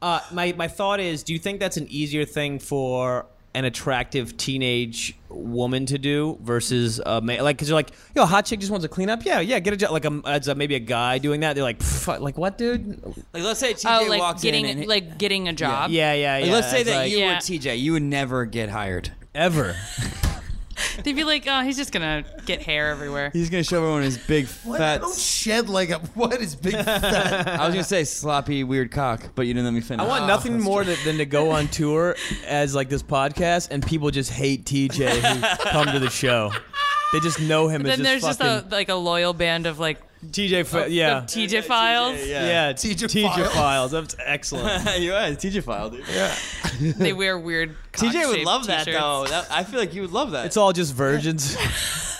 S6: uh, my my thought is, do you think that's an easier thing for an attractive teenage woman to do versus a man? Like, because you're like, yo, a hot chick just wants to clean up. Yeah, yeah, get a job. Like, um, as a, maybe a guy doing that, they're like, "Pff, like what, dude?
S4: Like, let's say TJ
S5: Oh, like
S4: walked
S5: getting
S4: in. And
S5: like getting a job.
S6: Yeah, yeah, yeah.
S4: Like, let's say
S6: It's
S4: that
S6: like,
S4: you
S5: Yeah.
S4: were TJ. You would never get hired.
S6: ever.
S5: They'd be like, oh, he's just gonna get hair everywhere.
S4: He's going to show everyone his big
S2: What?
S4: fat.
S2: Don't shed like a what is big fat?
S4: I was going to say sloppy, weird cock, but you didn't let me finish.
S6: I want nothing more than, than to go on tour as like this podcast and people just hate TJ who come to the show. They just know him as
S5: Then there's just
S6: just fucking
S5: a like a loyal band of like
S6: TJ. Fi- yeah.
S5: of TJ files.
S6: Yeah,
S2: TJ
S6: TJ
S2: Files.
S6: files. That's excellent.
S4: you are. It's TJ file, dude.
S5: They wear weird.
S4: TJ would
S5: cock-shaped
S4: love that,
S5: t-shirts.
S4: though. That, I feel like you would love that.
S6: It's all just virgins.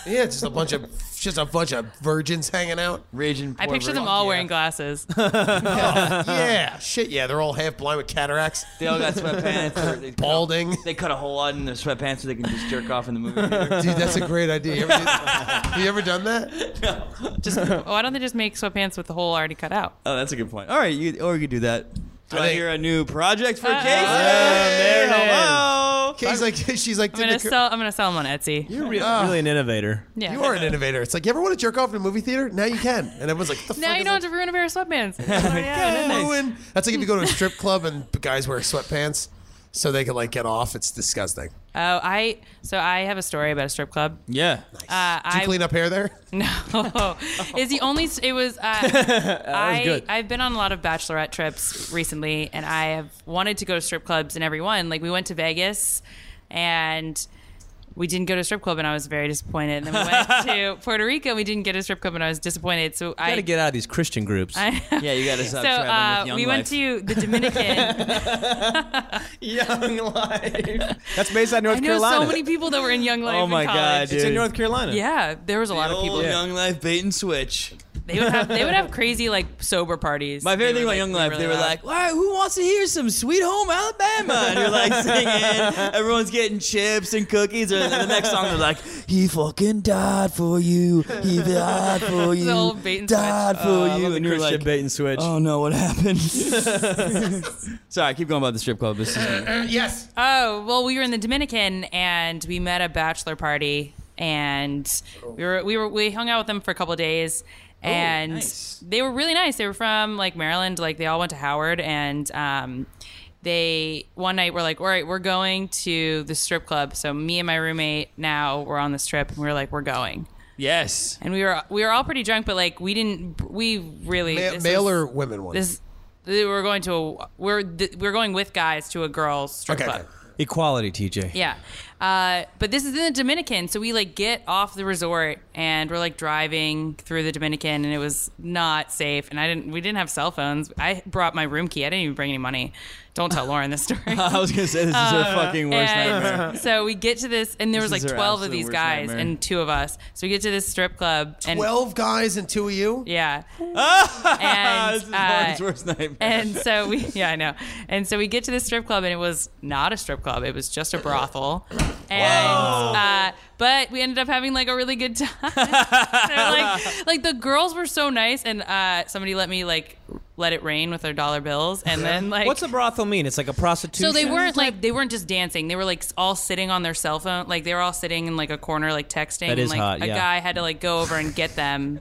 S2: yeah, just a bunch of just a bunch of virgins hanging out.
S4: Raging
S5: I
S4: poor
S5: picture them
S4: virgin.
S5: all wearing glasses.
S2: Yeah, shit. Yeah, they're all half blind with cataracts,
S4: They all got sweatpants. or they-
S2: balding.
S4: They cut a hole out in their sweatpants so they can just jerk off in the movie. theater.
S2: Dude, that's a great idea. You ever did- have you ever done that?
S5: Oh, Just why don't they just make sweatpants with the hole already cut out?
S4: Oh, that's a good point. All right, you, or you could do that. Do
S2: I
S4: I,
S2: think-
S4: hear a new project for
S5: Uh-oh.
S4: Casey?
S3: there it
S4: Hello.
S2: Kay's like, she's like,
S5: I'm
S2: did
S5: gonna
S2: the co-
S5: sell. I'm gonna sell them on Etsy.
S3: You're re- really an innovator.
S5: Yeah.
S2: you are an innovator. It's like, you ever want to jerk off in a movie theater? Now you can. And everyone's like, what the
S5: now
S2: fuck
S5: you
S2: is
S5: don't have
S2: that?
S5: to ruin a pair of sweatpants. Oh,
S2: Nice.
S5: yeah, nice.
S2: Ruin. That's like if you go to a strip club and guys wear sweatpants so they can like get off. It's disgusting.
S5: Oh, I. So I have a story about a strip club.
S4: Yeah.
S5: Uh,
S2: Did you
S5: I
S2: clean up hair there?
S5: No, is the only. It was. Uh, I
S4: good.
S5: I've been on a lot of bachelorette trips recently, and I have wanted to go to strip clubs and every one. Like we went to Vegas, and we didn't go to a strip club, and I was very disappointed. And then we went to Puerto Rico, and we didn't get a strip club, and I was disappointed. So I
S3: Got to get out of these Christian groups.
S4: Yeah, you gotta stop
S5: so
S4: traveling
S5: uh,
S4: with young
S5: we
S4: life.
S5: went to the Dominican.
S4: Young Life.
S6: That's based out of North
S5: I know
S6: Carolina.
S5: so many people that were in Young Life.
S4: Oh
S5: in
S4: my God,
S5: college.
S4: dude.
S6: it's in North Carolina.
S5: Yeah, there was a lot of people.
S4: Old Young Life bait and switch.
S5: They would have they would have crazy like sober parties.
S4: My favorite
S5: They
S4: thing
S5: were,
S4: about Young Life,
S5: really
S4: they were
S5: loud.
S4: like, "Why? Who wants to hear some Sweet Home Alabama?" And you're like singing. Everyone's getting chips and cookies. And then the next song, they're like, "He fucking died for you. He died for you.
S5: old bait and switch.
S4: died for
S3: Uh, I love
S4: you."
S3: the
S4: And you're
S3: Christian
S4: like,
S3: bait and switch.
S4: "Oh no, what happened?" Sorry, I keep going about the strip club. This is
S2: yes.
S5: Oh, well, we were in the Dominican and we met a bachelor party and
S2: Oh.
S5: we were we were we hung out with them for a couple of days and
S4: nice.
S5: they were really nice. They were from like Maryland, like they all went to Howard and um they one night were like, "All right, we're going to the strip club." So me and my roommate now were on this trip and we were like, "We're going."
S4: yes.
S5: And we were we were all pretty drunk, but like we didn't we really
S2: Ma-
S5: this
S2: male
S5: was-
S2: or women one?
S5: this we we're going to a we're th- we're going with guys to a girls strip
S2: Okay,
S5: club.
S2: okay.
S3: Equality, TJ.
S5: Yeah. Uh, but this is in the Dominican. So we like get off the resort and we're like driving through the Dominican and it was not safe. And I didn't, we didn't have cell phones. I brought my room key. I didn't even bring any money. Don't tell Lauren this story.
S4: I was gonna say this is her fucking worst
S5: And
S4: nightmare.
S5: so we get to this, and there
S4: This
S5: was
S4: is
S5: like
S4: her
S5: 12 of
S4: absolute
S5: these
S4: worst
S5: guys
S4: nightmare.
S5: and two of us. So we get to this strip club. And,
S2: Twelve guys and two of you.
S5: Yeah.
S4: Ah,
S5: and,
S4: this is
S5: uh,
S4: Lauren's worst nightmare.
S5: and so we yeah i know and so we get to the strip club and it was not a strip club it was just a brothel and uh, but we ended up having like a really good time So, like, like the girls were so nice and uh, somebody let me like let it rain with their dollar bills and then like
S3: What's a brothel mean? It's like a prostitution.
S5: so they weren't like they weren't just dancing. They were like s- all sitting on their cell phone. Like they were all sitting in like a corner, like texting.
S3: That is
S5: and, like
S3: hot,
S5: a
S3: yeah.
S5: guy had to like go over and get them,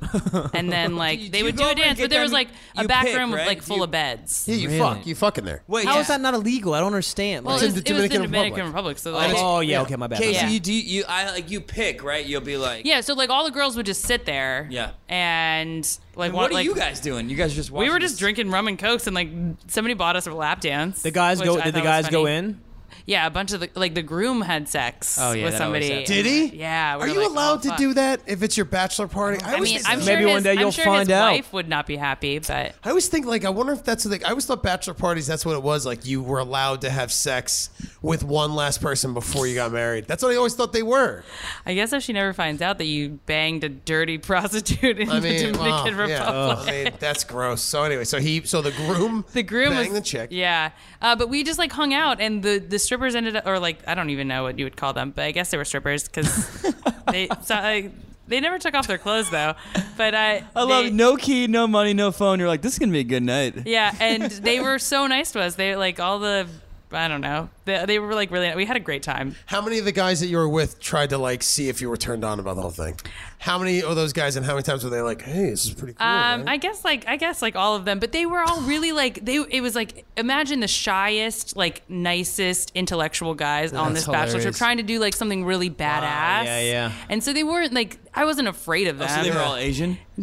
S5: and then like
S4: you- do
S5: they
S4: you
S5: would
S4: go
S5: do a
S4: over and
S5: dance.
S4: get
S5: But there was
S4: them?
S5: like a
S4: You
S5: back
S4: pick,
S5: room with
S4: right?
S5: like full
S4: You-
S5: of beds.
S2: Yeah, you
S4: Really?
S2: fuck. You fuck in there.
S3: Wait,
S5: Yeah.
S3: how is that not illegal? I don't understand.
S5: Well,
S3: Like-
S5: it
S2: in
S5: was,
S2: the
S5: it was the
S2: Dominican
S5: Dominican
S2: Republic.
S5: Republic. so like,
S3: oh yeah, okay, my bad.
S4: Casey,
S5: Yeah.
S4: you do you I like you pick right? You'll be like,
S5: yeah. So like all the girls would just sit there.
S4: Yeah.
S5: And like
S4: What are
S5: like,
S4: you guys doing? You guys just
S5: We were
S4: watching
S5: just
S4: this-
S5: drinking rum and cokes, and like somebody bought us a lap dance.
S3: The guys
S5: which
S3: go.
S5: I
S3: Did the
S5: thought was
S3: guys go
S5: funny.
S3: in?
S5: Yeah, a bunch of the like the groom had sex
S4: Oh, yeah,
S5: with
S4: that always
S5: somebody.
S4: happens.
S2: Did he?
S5: Yeah. we
S2: Are
S5: were
S2: you
S5: like, oh,
S2: allowed to
S5: fuck.
S2: do that if it's your bachelor party?
S5: I
S2: always
S5: mean,
S2: think
S5: I'm
S2: that.
S5: sure
S3: Maybe
S5: his,
S3: one day
S5: I'm
S3: you'll
S5: sure
S3: find
S5: his
S3: out.
S5: wife would not be happy, but
S2: I always think like I wonder if that's the thing. I always thought bachelor parties. That's what it was. Like you were allowed to have sex with one last person before you got married. That's what I always thought they were.
S5: I guess if she never finds out that you banged a dirty prostitute in
S2: I
S5: the
S2: mean,
S5: Dominican
S2: wow,
S5: Republic.
S2: yeah. Oh, I mean, that's gross. So anyway, so he, so the groom,
S5: The groom
S2: banged
S5: was
S2: the chick.
S5: Yeah, uh, but we just like hung out, and the the strippers ended up, or like I don't even know what you would call them, but I guess they were strippers because they so, I, they never took off their clothes though. But I
S4: I love
S5: they-
S4: no key, no money, no phone. You're like, this is gonna be a good night.
S5: Yeah, and they were so nice to us. They like all the I don't know. They, they were like really. We had a great time.
S2: How many of the guys that you were with tried to like see if you were turned on about the whole thing? How many of those guys and how many times were they like, "Hey, this is pretty cool"?
S5: Um,
S2: right?
S5: I guess like I guess like all of them, but they were all really like they. It was like imagine the shyest, like nicest intellectual guys on
S4: that's
S5: this bachelor trip
S4: hilarious.
S5: trying to do like something really badass.
S3: yeah, yeah.
S5: And so they weren't like I wasn't afraid of them.
S4: So they were all Asian.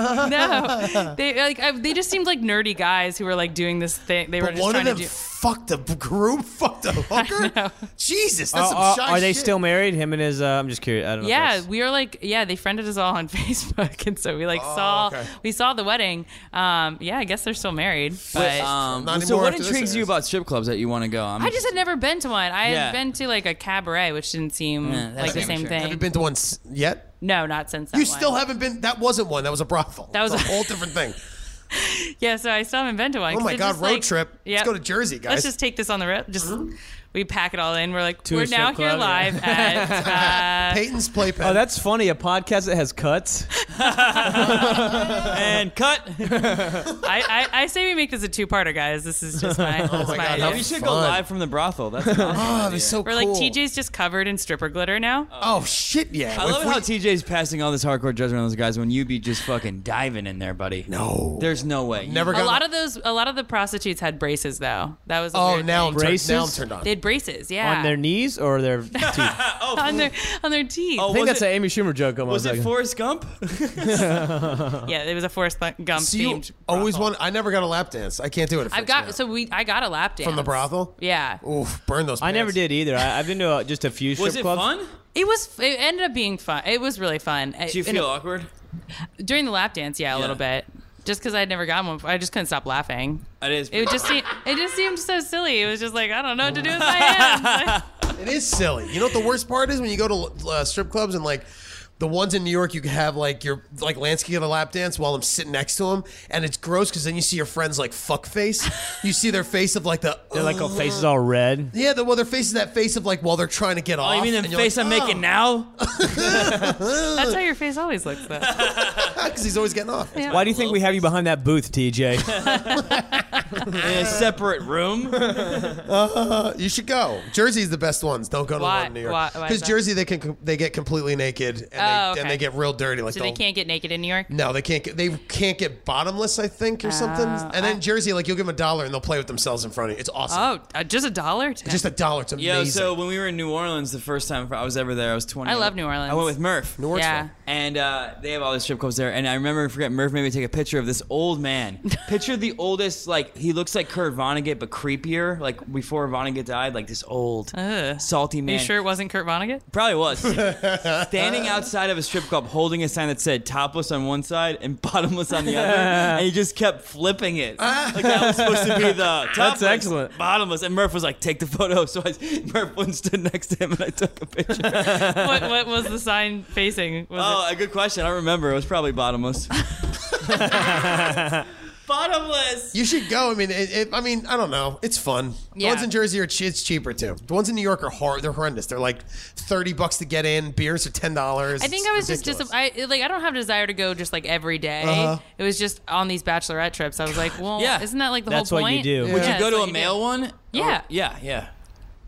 S5: no, they like I, they just seemed like nerdy guys who were like doing this thing. They were
S2: but
S5: just
S2: one of
S5: trying to
S2: them
S5: do.
S2: fucked a groom, fucked a hooker. Jesus, that's
S3: Uh, uh,
S2: some shy
S3: are they
S2: shit.
S3: still married? Him and his. Uh, I'm just curious. I don't know. if
S5: Yeah,
S3: that's-
S5: we are like yeah, they friended us all on Facebook, and so we like saw
S2: okay.
S5: we saw the wedding. Um, yeah, I guess they're still married, but.
S4: Um,
S2: Not
S4: so
S2: anymore
S4: what
S2: after this
S4: intrigues you
S2: airs.
S4: about strip clubs that you want to go? I'm,
S5: I just had never been to one. I
S4: Yeah.
S5: had been to like a cabaret, which didn't seem
S4: Yeah, that's
S5: like the
S4: amateur.
S5: same
S2: Have
S5: thing.
S2: you been to one s- yet?
S5: no, not since that
S2: You
S5: one.
S2: still haven't been. That wasn't one. That was a brothel.
S5: That was
S2: It's a
S5: a-
S2: whole different thing.
S5: Yeah, so I still haven't been to one.
S2: Oh
S5: 'cause
S2: my
S5: they're
S2: god,
S5: just,
S2: road
S5: like-
S2: trip.
S5: Yeah.
S2: Let's go to Jersey, guys. Hmm?
S5: Let's just take this on the road. Just we pack it all in. We're like,
S6: To a
S5: we're
S6: strip
S5: now here
S6: club, yeah.
S5: live at. Uh,
S2: Peyton's playpen.
S6: Oh, that's funny. A podcast that has cuts.
S4: and cut.
S5: I, I, I say we make this a two-parter, guys. This is just my. that's
S2: Oh my
S5: my,
S2: God,
S5: idea.
S2: that
S4: we
S2: was
S4: should go
S2: fun.
S4: live from the brothel. That's an awesome
S2: Oh,
S4: idea.
S2: that'd be so
S5: We're
S2: cool.
S5: like TJ's just covered in stripper glitter now.
S2: Oh shit, yeah.
S4: I
S2: If
S4: love
S2: we-
S4: how TJ's passing all this hardcore judgment on those guys when you be just fucking diving in there, buddy.
S2: No.
S4: There's no way. You-
S2: Never
S5: a
S2: got
S5: lot of those, a lot of the prostitutes had braces though. That was a
S2: Oh,
S5: weird
S2: now
S5: thing.
S2: I'm, turned,
S6: Braces?
S2: now I'm turned on.
S5: they had braces, yeah,
S6: On their knees or their teeth? I
S5: on their on their teeth.
S4: Oh,
S6: think
S4: was
S6: that's
S4: it-
S6: an Amy Schumer joke. Almost
S4: Was it
S6: like-
S4: Forrest Gump?
S5: yeah, it was a Forrest Gump
S2: So you
S5: themed.
S2: always want. I never got a lap dance. I can't do it. it
S5: I've
S2: freaks me
S5: got
S2: out.
S5: so we I got a lap dance
S2: from the brothel.
S5: Yeah,
S2: Oof, burn those.
S6: I never
S2: pants.
S6: did either. I, I've been to uh just a few strip
S4: Was it
S6: clubs.
S4: fun?
S5: it was. It ended up being fun. It was really fun.
S4: Do you
S5: And-
S4: feel awkward?
S5: during the lap dance? Yeah, a little bit. Just because I'd never gotten one, before, I just couldn't stop laughing.
S4: It is.
S5: It would just seemed, it just seemed so silly. It was just like I don't know what to do with my hands. Like-
S2: It is silly. You know what the worst part is when you go to uh, strip clubs and like. The ones in New York, you can have like your like Lansky at a lap dance while I'm sitting next to him, and it's gross because then you see your friends like fuck face. You see their face of like the
S6: They're like, oh, faces all red.
S2: yeah, the, well their face is that face of like while they're trying to get
S4: Oh,
S2: off.
S4: you mean the
S2: and you're
S4: face
S2: like,
S4: I'm
S2: "Oh."
S4: making now?
S5: That's how your face always looks though.
S2: because he's always getting off.
S6: Why do you think we have you behind that booth, TJ?
S4: In a separate room?
S2: Uh, you should go. Jersey's the best ones. Don't go to
S5: Why-
S2: one in New York
S5: why- why is
S2: because
S5: that?
S2: Jersey they can they get completely naked and,
S5: Oh,
S2: they,
S5: okay.
S2: and they get real dirty. Like
S5: So they
S2: they'll-
S5: can't get naked in New York.
S2: No, they can't. Get, they can't get bottomless, I think, or something. And then Jersey, like you'll give them a dollar and they'll play with themselves in front of you. It's awesome.
S5: Oh, uh, just a dollar. Ten.
S2: Just a dollar. It's amazing.
S4: Yo, so when we were in New Orleans the first time I was ever there, I was 20.
S5: I love New Orleans.
S4: I went with Murph.
S2: New Orleans
S5: yeah.
S4: And uh, they have all these strip clubs there. And I remember, I forget, Murph made me take a picture of this old man. Picture the oldest, like, he looks like Kurt Vonnegut, but creepier. Like, before Vonnegut died, like this old,
S5: Ugh.
S4: salty man.
S5: Oh. You sure it wasn't Kurt Vonnegut?
S4: Probably was. Standing outside of a strip club holding a sign that said topless on one side and bottomless on the other. and he just kept flipping it. like that was supposed to be the topless,
S6: excellent.
S4: bottomless. And Murph was like, take the photo. So I, Murph went and stood next to him and I took a picture.
S5: what, what was the sign facing? Was
S4: oh, a good question. I remember. It was probably bottomless. bottomless.
S2: you should go. I mean, it, it, I mean, I don't know. It's fun. The
S5: Yeah.
S2: ones in Jersey are ch- it's cheaper too. The ones in New York are hor- They're horrendous. They're like thirty bucks to get in. Beers are ten dollars.
S5: I think I was just dis- I like I don't have a desire to go just like every day.
S2: Uh-huh.
S5: It was just on these bachelorette trips. I was like, well,
S4: Yeah.
S5: isn't that like the
S6: That's
S5: whole
S6: what you
S5: point?
S6: do. Would you
S5: Yeah,
S4: Did you go
S5: that's
S4: to
S5: what
S4: a male
S5: do.
S4: one?
S5: Yeah.
S4: Or- yeah, yeah.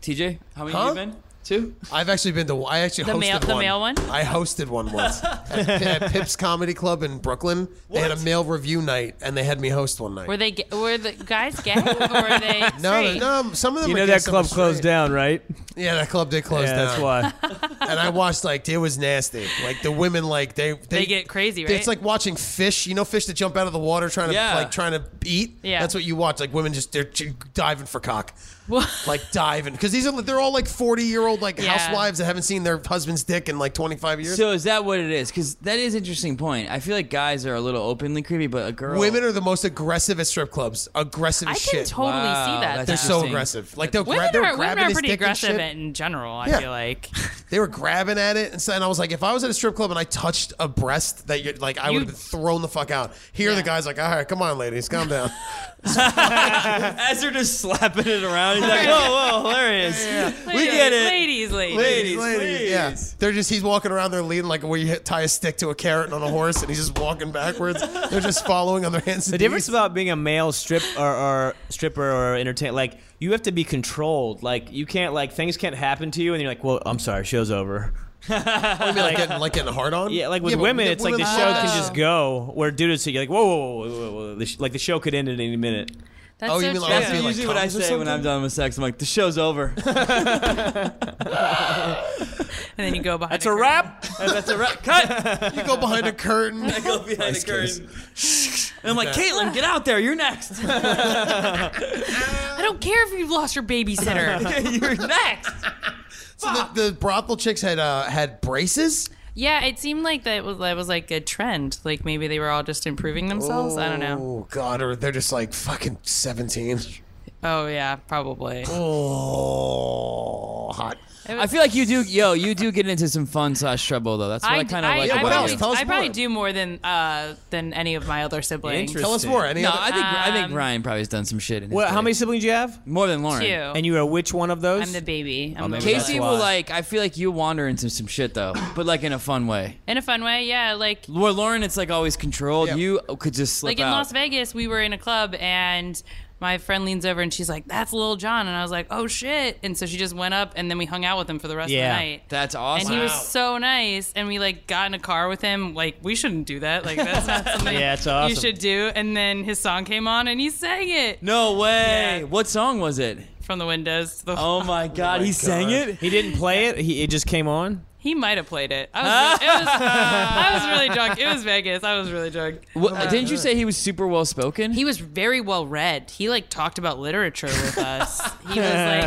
S4: TJ, how many
S2: Huh?
S4: have you been? Two?
S2: I've actually been to. I actually
S5: The
S2: hosted
S5: male-
S2: one.
S5: the male one?
S2: I hosted one once at, at Pips Comedy Club in Brooklyn. They had a
S4: What?
S2: male review night, and they had me host one night.
S5: Were they ga- were the guys gay or were they
S2: no,
S5: straight?
S2: no, no, some of them.
S6: you
S2: are
S6: know
S2: gay,
S6: that
S2: some
S6: club
S2: are
S6: closed
S2: straight.
S6: down, right?
S2: Yeah, that club did close
S6: yeah,
S2: down.
S6: that's why.
S2: and I watched like it was nasty. Like the women, like they they,
S5: They get crazy,
S2: It's
S5: right?
S2: like watching fish. You know, fish that jump out of the water trying to
S4: Yeah.
S2: like trying to eat.
S5: Yeah.
S2: that's what you watch. Like women just they're ch- diving for cock,
S5: What?
S2: like diving because these are they're all like forty year old like
S5: Yeah.
S2: housewives that haven't seen their husband's dick in like twenty five years.
S4: So is that what it is? Because that is an interesting point. I feel like guys are a little openly creepy, but a girl.
S2: Women are the most aggressive at strip clubs. Aggressive
S5: I
S2: as
S5: can
S2: shit.
S5: totally
S4: Wow,
S5: see that.
S4: that's
S2: they're
S5: though.
S2: so
S4: Interesting.
S2: aggressive. Like they'll
S5: Women
S2: grab, they're
S5: are, women
S2: grabbing
S5: are
S2: his
S5: pretty
S2: dick and
S5: aggressive
S2: shit.
S5: in general. I
S2: Yeah.
S5: feel like
S2: They were grabbing at it, and, so- and I was like, if I was at a strip club and I touched a breast, that you're like, I
S5: You-
S2: would have thrown the fuck out. Here, the
S5: Yeah.
S2: guy's like, all right, come on, ladies, calm down.
S4: As they're just slapping it around, he's like, "Whoa, whoa, hilarious! We
S5: Ladies,
S4: get it,
S5: ladies, ladies.
S4: ladies,
S2: ladies, yeah. They're just he's walking around there leading like where you hit, tie a stick to a carrot on a horse, and he's just walking backwards. They're just following on their hands. And
S6: The difference
S2: knees.
S6: about being a male strip or, or stripper or entertain, like you have to be controlled. Like you can't, like things can't happen to you, and you're like, well, I'm sorry, show's over.
S2: I mean, like getting like getting hard on.
S6: Yeah, like with
S2: but
S6: women, it's like the show
S2: Oh.
S6: can just go. Where dude is, you're like, whoa, whoa, whoa, whoa, whoa. The sh- like the show could end at any minute.
S5: That's
S2: Oh,
S5: so
S2: you mean
S5: true.
S2: like-
S4: That's
S2: Yeah.
S4: usually what I
S2: Like
S4: say when I'm done with sex. I'm like, "The show's over."
S5: and then you go behind.
S6: That's
S5: a
S6: a
S5: curtain.
S6: wrap.
S4: That's a wrap. Cut.
S2: You go behind a curtain.
S4: I go behind the
S2: kiss.
S4: curtain. And I'm like, "Caitlin, get out there. You're next.
S5: I don't care if you've lost your babysitter.
S4: You're next."
S2: So the, the brothel chicks had uh, had braces.
S5: yeah, it seemed like that was that was like a trend. Like maybe they were all just improving themselves. I don't know.
S2: Oh God, or they're just like fucking seventeen.
S5: Oh yeah, probably.
S2: Oh, hot.
S5: It was-
S4: I feel like you do, yo, you do get into some fun slash trouble though. That's what I,
S5: I,
S4: kind of
S5: I-
S4: like.
S5: I
S2: Yeah, what
S5: probably,
S2: else? Tell us
S5: I probably
S2: more.
S5: do more than uh, than any of my other siblings.
S2: Tell us more. Any
S4: No,
S2: other-
S4: I think I think
S5: Um,
S4: Ryan probably has done some shit. In his
S6: What, how
S4: day.
S6: many siblings do you have?
S4: More than Lauren.
S5: Two.
S6: And you are which one of those?
S5: I'm the baby. I'm the
S6: maybe
S5: little-
S4: Casey
S6: That's
S4: will
S6: why.
S4: like. I feel like you wander into some shit though, but like in a fun way.
S5: in a fun way. Yeah, like
S4: Where Lauren, it's like always controlled.
S2: Yeah.
S4: You could just slip
S5: like in
S4: out.
S5: Las Vegas, we were in a club and my friend leans over and she's like, "That's Lil John," and I was like, "Oh shit!" And so she just went up and then we hung out with him for the rest of the
S6: Yeah.
S5: night.
S4: That's
S5: and
S4: awesome.
S5: he was so nice, and we like got in a car with him. Like we shouldn't do that. Like that's not something
S6: Yeah, it's awesome.
S5: you should do. And then his song came on, and he sang it
S4: no way.
S5: Yeah.
S4: What song was it?
S5: from the windows. To the
S4: Oh my god, he sang it.
S6: he didn't play it. He, it just came on.
S5: He might have played it. I was, really, it was, I was really drunk. It was Vegas. I was really drunk.
S4: What, didn't you say he was super well spoken?
S5: He was very well read. He like talked about literature with us. he was like,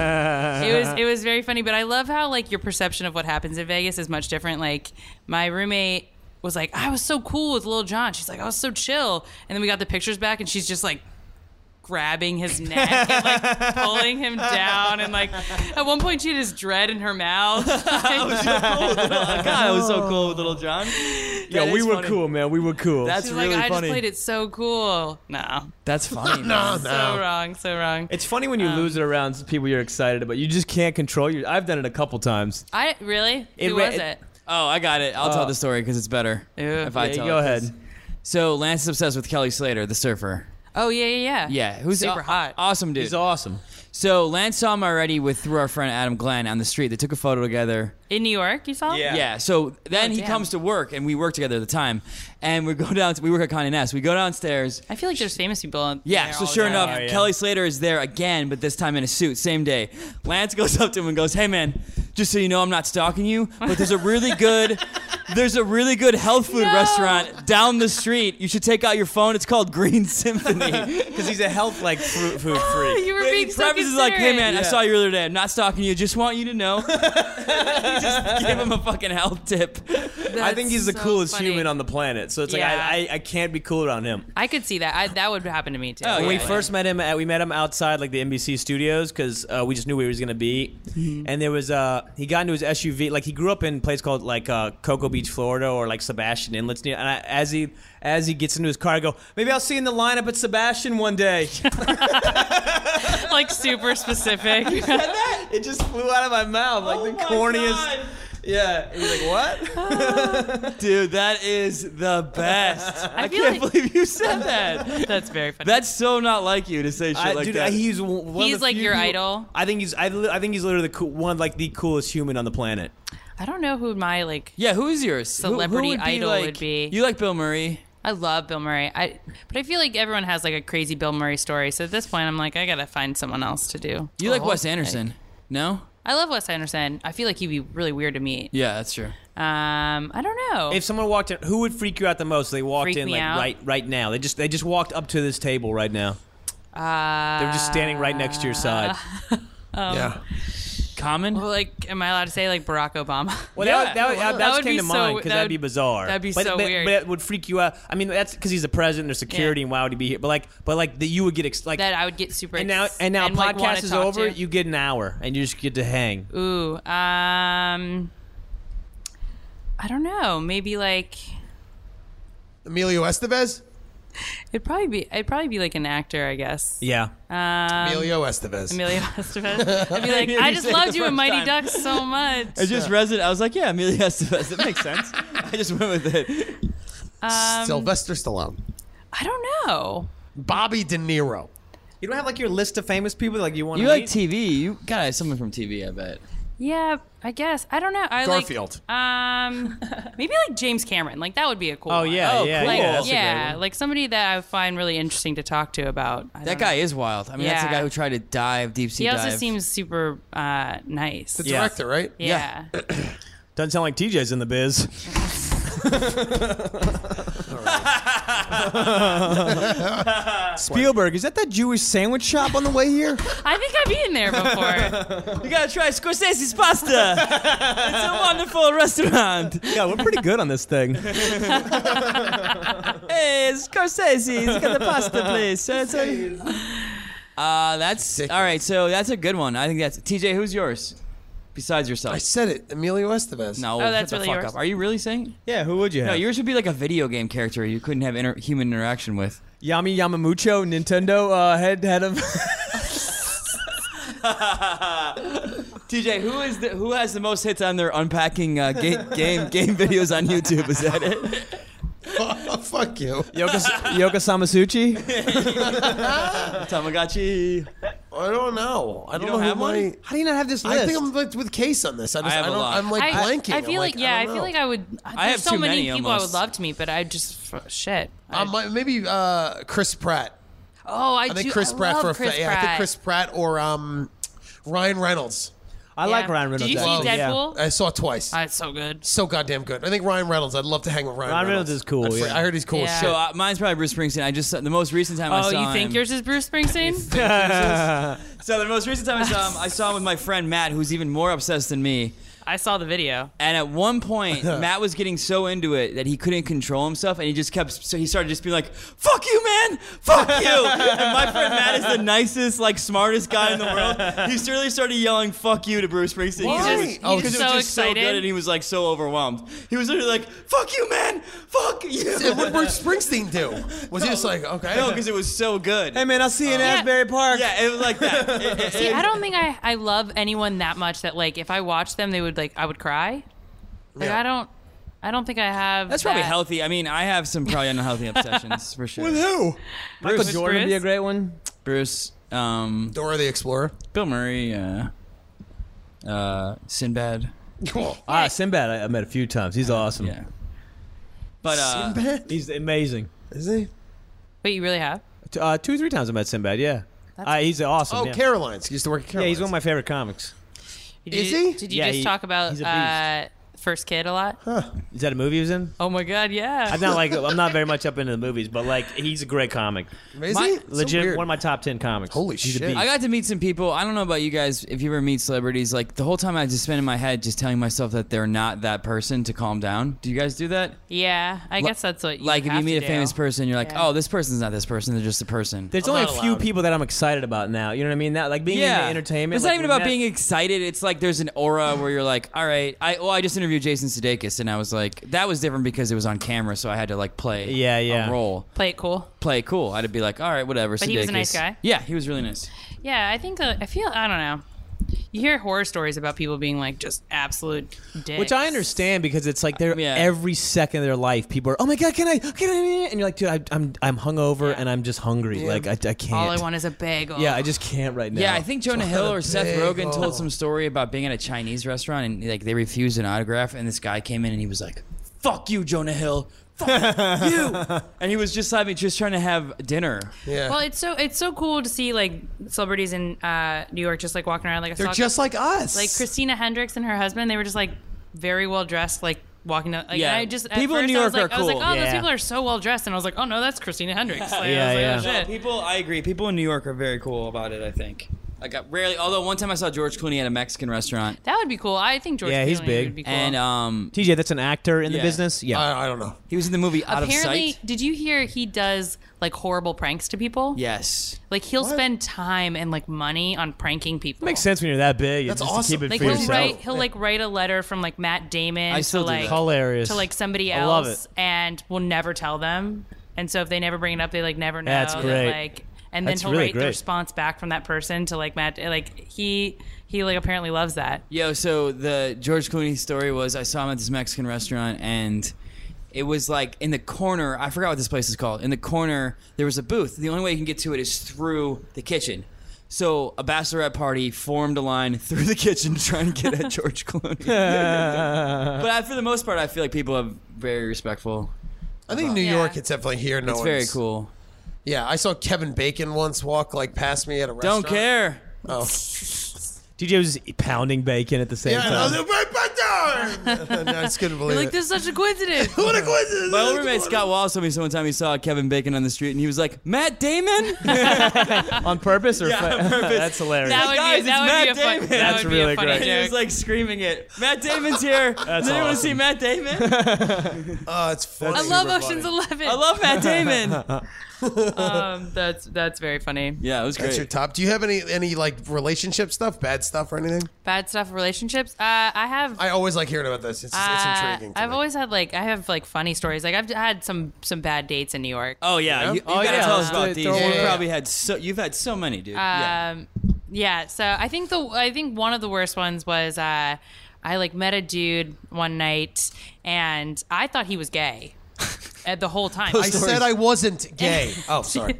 S5: it was it was very funny. But I love how like your perception of what happens in Vegas is much different. Like my roommate was like, I was so cool with Lil John. She's like, I was so chill. And then we got the pictures back, and she's just like grabbing his neck and like pulling him down and like at one point she had his dread in her mouth
S4: God, it was so cool with Little John.
S6: Yeah, we were cool, man. We were cool.
S4: That's
S5: she's
S4: really
S5: like i
S4: funny.
S5: just played it so cool no
S4: That's funny.
S2: no,
S4: man.
S5: so
S2: no.
S5: wrong so wrong
S6: it's funny when you
S4: Um,
S6: lose it around people you're excited about. You just can't control your. I've done it a couple times.
S5: i really
S6: It
S5: who
S6: ra-
S5: was it
S4: Oh, I got it. I'll tell
S6: Oh.
S4: the story because it's better
S5: Yeah.
S4: if I
S6: Yeah,
S4: tell.
S6: go
S4: it, 'cause-
S6: ahead.
S4: So Lance is obsessed with Kelly Slater, the surfer.
S5: Oh yeah, yeah, yeah.
S4: Yeah, who's
S5: super
S4: aw-
S5: hot.
S4: Awesome dude.
S6: It's awesome.
S4: So Lance saw him already with through our friend Adam Glenn on the street. They took a photo together.
S5: in New York, you saw? him?
S4: Yeah. so then
S5: Oh,
S4: he
S5: damn.
S4: comes to work, and we work together at the time. And we go down. We work at Condé Nast. We go downstairs.
S5: I feel like there's famous people. on
S4: Yeah.
S5: there
S4: So
S5: all the
S4: sure
S5: time.
S4: enough,
S6: yeah.
S4: Kelly Slater is there again, but this time in a suit. Same day. Lance goes up to him and goes, "Hey man, just so you know, I'm not stalking you, but there's a really good." There's a really good health food
S5: No.
S4: restaurant down the street. You should take out your phone. It's called Green Symphony.
S6: Because he's a health like food, food freak.
S5: you were
S4: But
S5: being
S4: he
S5: so
S4: prefaces is like, "Hey man, I
S5: considerate."
S4: saw you earlier today. I'm not stalking you. Just want you to know." he just gave him a fucking health tip.
S6: I think he's the
S5: That's so
S6: coolest
S5: funny.
S6: human on the planet. So it's
S5: Yeah.
S6: like I, I, I can't be cooler on him.
S5: I could see that. I, that would happen to me too.
S4: Oh,
S6: When we
S4: yeah.
S6: first met him, at, we met him outside like the NBC studios because uh, we just knew where he was gonna be.
S5: Mm-hmm.
S6: And there was uh, he got into his SUV. Like he grew up in a place called like uh, Cocoa Beach, Florida, or like Sebastian Inlets. Near, and I, as he as he gets into his car, I go, maybe I'll see you in the lineup at Sebastian one day.
S5: like super specific.
S6: it just flew out of my mouth like
S5: Oh
S6: the corniest. Yeah, he was like, "What?"
S4: Dude, that is the best. I,
S5: feel
S4: can't
S5: like-
S4: believe you said that.
S5: That's very funny.
S4: That's so not like you to say shit
S6: I,
S4: like
S6: dude,
S4: that.
S6: he's one of
S5: He's
S6: the
S5: like
S6: few
S5: your
S6: people-
S5: idol?
S6: I think he's I, li- I think he's literally the cool, one of like the coolest human on the planet.
S5: I don't know who my like.
S4: yeah, who's yours? Who- who
S5: Celebrity
S4: would be,
S5: idol
S4: like-
S5: would be-
S4: You like Bill Murray?
S5: I love Bill Murray. I but I feel like everyone has like a crazy Bill Murray story. So at this point, I'm like, I gotta find someone else to do.
S4: You like Wes Anderson? No?
S5: I love Wes Anderson. I feel like he'd be really weird to meet.
S4: Yeah, that's true.
S5: Um, I don't know.
S6: If someone walked in, who would freak you out the most? They walked
S5: Freak
S6: in
S5: me
S6: like
S5: out?
S6: right right now. They just they just walked up to this table right now.
S5: uh,
S6: They're just standing right next to your side.
S2: Yeah.
S4: Common?
S5: Well, Uh, like, am I allowed to say like Barack Obama?
S6: Well,
S4: Yeah.
S6: that, that, would- that,
S5: That
S6: that
S5: would
S6: came
S5: be
S6: to
S5: so-
S6: mind because
S5: that
S6: that would
S5: would-
S6: be bizarre.
S5: that'd be
S6: but,
S5: so
S6: but,
S5: weird.
S6: But it would freak you out. I mean, that's because he's the president. There's security,
S5: Yeah.
S6: and why would he be here? But like, but like that you would get ex- like.
S5: that I would get super
S6: and now
S5: ex-
S6: and now
S5: like,
S6: podcast
S5: wanna
S6: is
S5: talk
S6: over.
S5: to.
S6: You get an hour, and you just get to hang.
S5: Ooh, um, I don't know. Maybe like
S2: Emilio Estevez?
S5: Um, it'd probably be it'd probably be like an actor, I guess.
S6: Yeah.
S5: Um,
S2: Emilio Estevez.
S5: Emilio Estevez. I'd be like,
S4: You
S5: I just
S4: said it
S5: loved
S4: the
S5: you in
S4: first
S5: Mighty
S4: time.
S5: Ducks so much.
S4: It's just resident. I was like, yeah, Amelia Estevez. That makes sense. I just went with it.
S5: Um,
S2: Sylvester Stallone.
S5: I don't know.
S2: Bobby De Niro.
S6: You don't have like your list of famous people like you want.
S4: You like TV. You got someone from TV, I bet.
S5: Yeah, I guess I don't know. I like-
S2: Garfield.
S5: um, maybe like James Cameron. Like that would be a cool.
S6: Oh
S5: one.
S6: yeah,
S4: Oh,
S6: yeah,
S4: cool.
S5: Like,
S6: yeah.
S5: yeah,
S6: that's a great one.
S5: like somebody that I find really interesting to talk to about.
S4: That
S5: I don't know.
S4: guy is wild. I mean, that's the
S5: Yeah.
S4: guy who tried to dive deep sea
S5: He also
S4: dive.
S5: seems super uh, nice.
S2: The
S6: Yeah.
S2: director, right?
S5: yeah.
S6: Doesn't sound like TJ's in the biz. Spielberg, is that that Jewish sandwich shop on the way here?
S5: I think I've eaten there before.
S4: You gotta try Scorsese's pasta. it's a wonderful restaurant.
S6: yeah, we're pretty good on this thing.
S4: Hey, Scorsese's got the pasta place. So, so- Uh, that's all right. So that's a good one. I think that's TJ. Who's yours? besides yourself?
S2: I said it, Emilio Estevez.
S4: no,
S5: Oh, that's
S4: shut the
S5: really
S4: fuck
S5: yours.
S4: up. Are you really saying?
S6: Yeah, who would you have?
S4: No, yours would be like a video game character you couldn't have inter- human interaction with.
S6: Yami Yamamucho, Nintendo uh, head head of.
S4: TJ, who is the, who has the most hits on their unpacking uh, game, game game videos on YouTube? Is that it?
S2: fuck you.
S6: Yoka, Yoka Samasuchi?
S4: Tamagotchi.
S2: I don't know. I don't,
S4: don't
S2: know
S4: have
S2: who
S4: one?
S2: my-
S6: How do you not have this
S2: I think I'm with, with Case on this. I, just, I,
S4: I have a
S2: don't,
S4: lot.
S2: I'm like
S5: I,
S2: blanking.
S5: I feel
S2: I'm
S5: like, yeah, I, feel like I would.
S4: I
S5: there's
S4: have
S5: so
S4: too
S5: many,
S4: many
S5: people I
S4: almost.
S5: would love to meet, but I just f- shit. I-
S2: Uh, my- maybe uh, Chris Pratt.
S5: oh, I,
S2: I think
S5: do.
S2: Chris
S5: I
S2: Pratt
S5: love
S2: for a
S5: Chris
S2: fa- yeah, I think
S5: Pratt.
S2: Chris Pratt or um, Ryan Reynolds.
S6: I
S5: Yeah.
S6: like Ryan Reynolds.
S5: Did you see
S6: actually, yeah.
S5: Deadpool?
S2: I saw twice.
S5: Ah, it's so good.
S2: so goddamn good. I think Ryan Reynolds. I'd love to hang with Ryan.
S6: Ryan Reynolds is cool,
S2: I'd fr-
S6: yeah.
S2: I heard he's cool. as
S5: Yeah.
S2: shit.
S4: So uh, mine's probably Bruce Springsteen. I just saw, the most recent time I
S5: Oh,
S4: saw
S5: you think
S4: him-
S5: yours is Bruce Springsteen?
S4: So the most recent time I saw him, I saw him with my friend Matt, who's even more obsessed than me.
S5: I saw the video.
S4: And at one point, Matt was getting so into it that he couldn't control himself, and he just kept. So he started just being like, "Fuck you, man! Fuck you!" and my friend Matt is the nicest, like smartest guy in the world. He literally started yelling "fuck you" to Bruce Springsteen. He
S5: Why? He
S4: just, oh,
S5: was
S4: because it
S5: so
S4: was just so
S5: excited.
S4: good, and he was like so overwhelmed. He was literally like, "Fuck you, man! Fuck you!"
S2: Yeah, what did Bruce Springsteen do? Was he just like okay?
S4: no, because it was so good.
S6: Hey, man, I'll see you in Asbury Park.
S4: yeah, it was like that. It- it-
S5: See,
S4: it-
S5: I don't think I, I love anyone that much that like if I watched them they would like I would cry. Like
S2: Yeah.
S5: I don't I don't think I have
S4: That's probably
S5: that.
S4: healthy. I mean, I have some probably unhealthy obsessions for sure.
S2: who?
S6: Michael
S4: Bruce.
S6: Jordan would be
S5: Bruce?
S6: a great one.
S4: Bruce, um,
S2: Dora the Explorer.
S4: Bill Murray, uh, uh, Sinbad.
S2: Cool.
S6: Ah, Sinbad, I, I met a few times. He's awesome.
S4: Yeah. But uh,
S2: Sinbad?
S6: He's amazing.
S2: Is he?
S5: Wait, you really have?
S6: T- Uh, two or three times I met Sinbad, yeah. Uh, he's awesome.
S2: Oh,
S6: yeah.
S2: Caroline's. He used to work at
S6: yeah,
S2: Caroline's.
S6: he's one of my favorite comics.
S5: Did
S2: Is
S5: you,
S2: he?
S5: Did you
S6: Yeah,
S5: just
S6: he-
S5: talk about
S6: he's a beast.
S5: uh, first kid a lot?
S6: Is that a movie he was in?
S5: Oh my god, yeah.
S6: I'm not like I'm not very much up into the movies, but like he's a great comic.
S2: Is
S4: my-
S2: he? So
S6: Legit,
S2: weird.
S6: one of my top ten comics.
S2: Holy
S6: He's a
S2: shit.
S6: beast.
S4: I got to meet some people. I don't know about you guys. If you ever meet celebrities, like the whole time I just spent in my head just telling myself that they're not that person to calm down. Do you guys do that?
S5: yeah, I guess that's what you
S4: Like if you
S5: have
S4: meet a
S5: to do.
S4: famous person, you're like,
S5: Yeah.
S4: oh, this person's not this person. They're just a person.
S6: There's
S2: I'm
S6: only
S2: not
S6: a few
S2: allowed.
S6: people that I'm excited about now. You know what I mean? That like being in the entertainment.
S4: It's
S6: like,
S4: not even
S6: when
S4: about
S6: that-
S4: being excited. It's like there's an aura where you're like, all right. I well, I just interviewed Jason Sudeikis, and I was like, that was different because it was on camera, so I had to like play,
S6: Yeah, yeah.
S4: a role,
S5: Play it cool.
S4: play it cool. I had to be like, all right, whatever.
S5: But he was a nice
S4: Sudeikis.
S5: guy?
S4: Yeah, he was really nice.
S5: Yeah, I think that I feel I don't know. You hear horror stories about people being like just absolute dicks.
S6: Which I understand because it's like they're
S4: Yeah.
S6: every second of their life. People are, oh my god, can I? Can I? And you're like, dude, I, I'm I'm hungover and I'm just hungry. Like I, I can't.
S5: All I want is a bagel.
S6: yeah, I just can't right now.
S4: Yeah, I think Jonah Hill or Seth
S2: big
S4: Rogen
S2: hole.
S4: told some story about being at a Chinese restaurant and like they refused an autograph, and this guy came in and he was like, "Fuck you, Jonah Hill." Fuck you! And he was just like, just trying to have dinner.
S2: Yeah.
S5: Well, it's so it's so cool to see like celebrities in uh, New York just like walking around like a
S2: They're just like us.
S5: like Christina Hendricks and her husband. They were just like very well dressed, like walking down. Like,
S4: Yeah.
S5: and I just at
S4: People in
S5: first,
S4: New
S5: I was
S4: York
S5: like,
S4: are
S5: I was like,
S4: cool.
S5: oh,
S6: Yeah.
S5: those people are so well dressed, and I was like, oh no, that's Christina Hendricks. Like,
S6: Yeah,
S5: I was like,
S6: yeah.
S5: Oh, shit.
S4: People, I agree. People in New York are very cool about it. I think. I got rarely. Although one time I saw George Clooney at a Mexican restaurant,
S5: That would be cool. I think George.
S6: Yeah, he's
S5: Clooney
S6: big.
S5: Would be cool.
S4: and um,
S6: TJ, that's an actor in
S4: Yeah. Uh,
S6: the business. Yeah,
S2: I, I don't know.
S4: he was in the movie Out
S5: apparently,
S4: of Sight.
S5: did you hear he does like horrible pranks to people?
S4: Yes.
S5: Like he'll spend time and like money on pranking people.
S6: makes sense when you're that big.
S2: That's
S6: just to
S2: awesome.
S6: keep it
S5: Like
S6: for
S5: he'll
S6: yourself.
S5: write, he'll like write a letter from like Matt Damon
S4: I still
S5: to
S4: do
S5: like
S4: that.
S6: Hilarious.
S5: to like somebody else
S6: I love it.
S5: and will never tell them. And so if they never bring it up, they like never know.
S6: That's
S5: that,
S6: great.
S5: like, and then
S6: That's
S5: he'll
S6: really
S5: write
S6: great.
S5: the response back from that person to like Matt. Like he he like apparently loves that.
S4: Yo, so the George Clooney story was I saw him at this Mexican restaurant and it was like in the corner. I forgot what this place is called. In the corner, there was a booth. The only way you can get to it is through the kitchen. So a bachelorette party formed a line through the kitchen to try and get at George Clooney. but I, for the most part, I feel like people are very respectful.
S2: I think New
S5: Yeah.
S2: York, it's definitely here. No
S4: It's
S2: one's-
S4: very cool.
S2: Yeah, I saw Kevin Bacon once walk like past me at a restaurant.
S4: Don't care.
S2: Oh.
S6: TJ was pounding bacon at the same
S2: Yeah, and I
S6: time.
S2: was like, right back there. And I just couldn't believe
S5: Like
S2: it.
S5: this is such a coincidence.
S2: What a coincidence!
S4: My old roommate Scott Wallace told me so one time he saw Kevin Bacon on the street and he was like, Matt Damon?
S6: on purpose or
S4: Yeah, on purpose.
S6: that's hilarious.
S5: that would
S4: guys,
S5: be
S4: it's
S5: that would
S4: Matt
S5: be a fun,
S4: Damon.
S5: that
S6: That's
S5: would be
S6: really
S5: a funny
S6: great.
S5: joke.
S4: And he was like screaming it. Matt Damon's here. Does anyone want to
S6: awesome.
S4: see Matt Damon?
S2: Oh, it's funny.
S5: I love Ocean's Eleven.
S4: I love Matt Damon.
S5: Um, that's that's very funny.
S4: Yeah, it was
S2: That's
S4: great.
S2: your top. Do you have any any like relationship stuff, bad stuff, or anything?
S5: Bad stuff, relationships. Uh, I have.
S2: I always like hearing about this. It's, it's
S5: uh,
S2: intriguing. to
S5: I've
S2: me.
S5: always had like I have like funny stories. Like I've had some some bad dates in New York.
S4: oh yeah, you, you
S6: Oh,
S4: gotta
S6: yeah,
S4: tell us
S6: let's do
S4: about
S6: it.
S4: these.
S6: Throw
S4: You
S2: one out.
S4: probably had so you've had so many, dude. yeah.
S5: Um, yeah. So I think the I think one of the worst ones was uh, I like met a dude one night and I thought he was gay. At the whole time,
S2: I said I wasn't gay. Oh, sorry.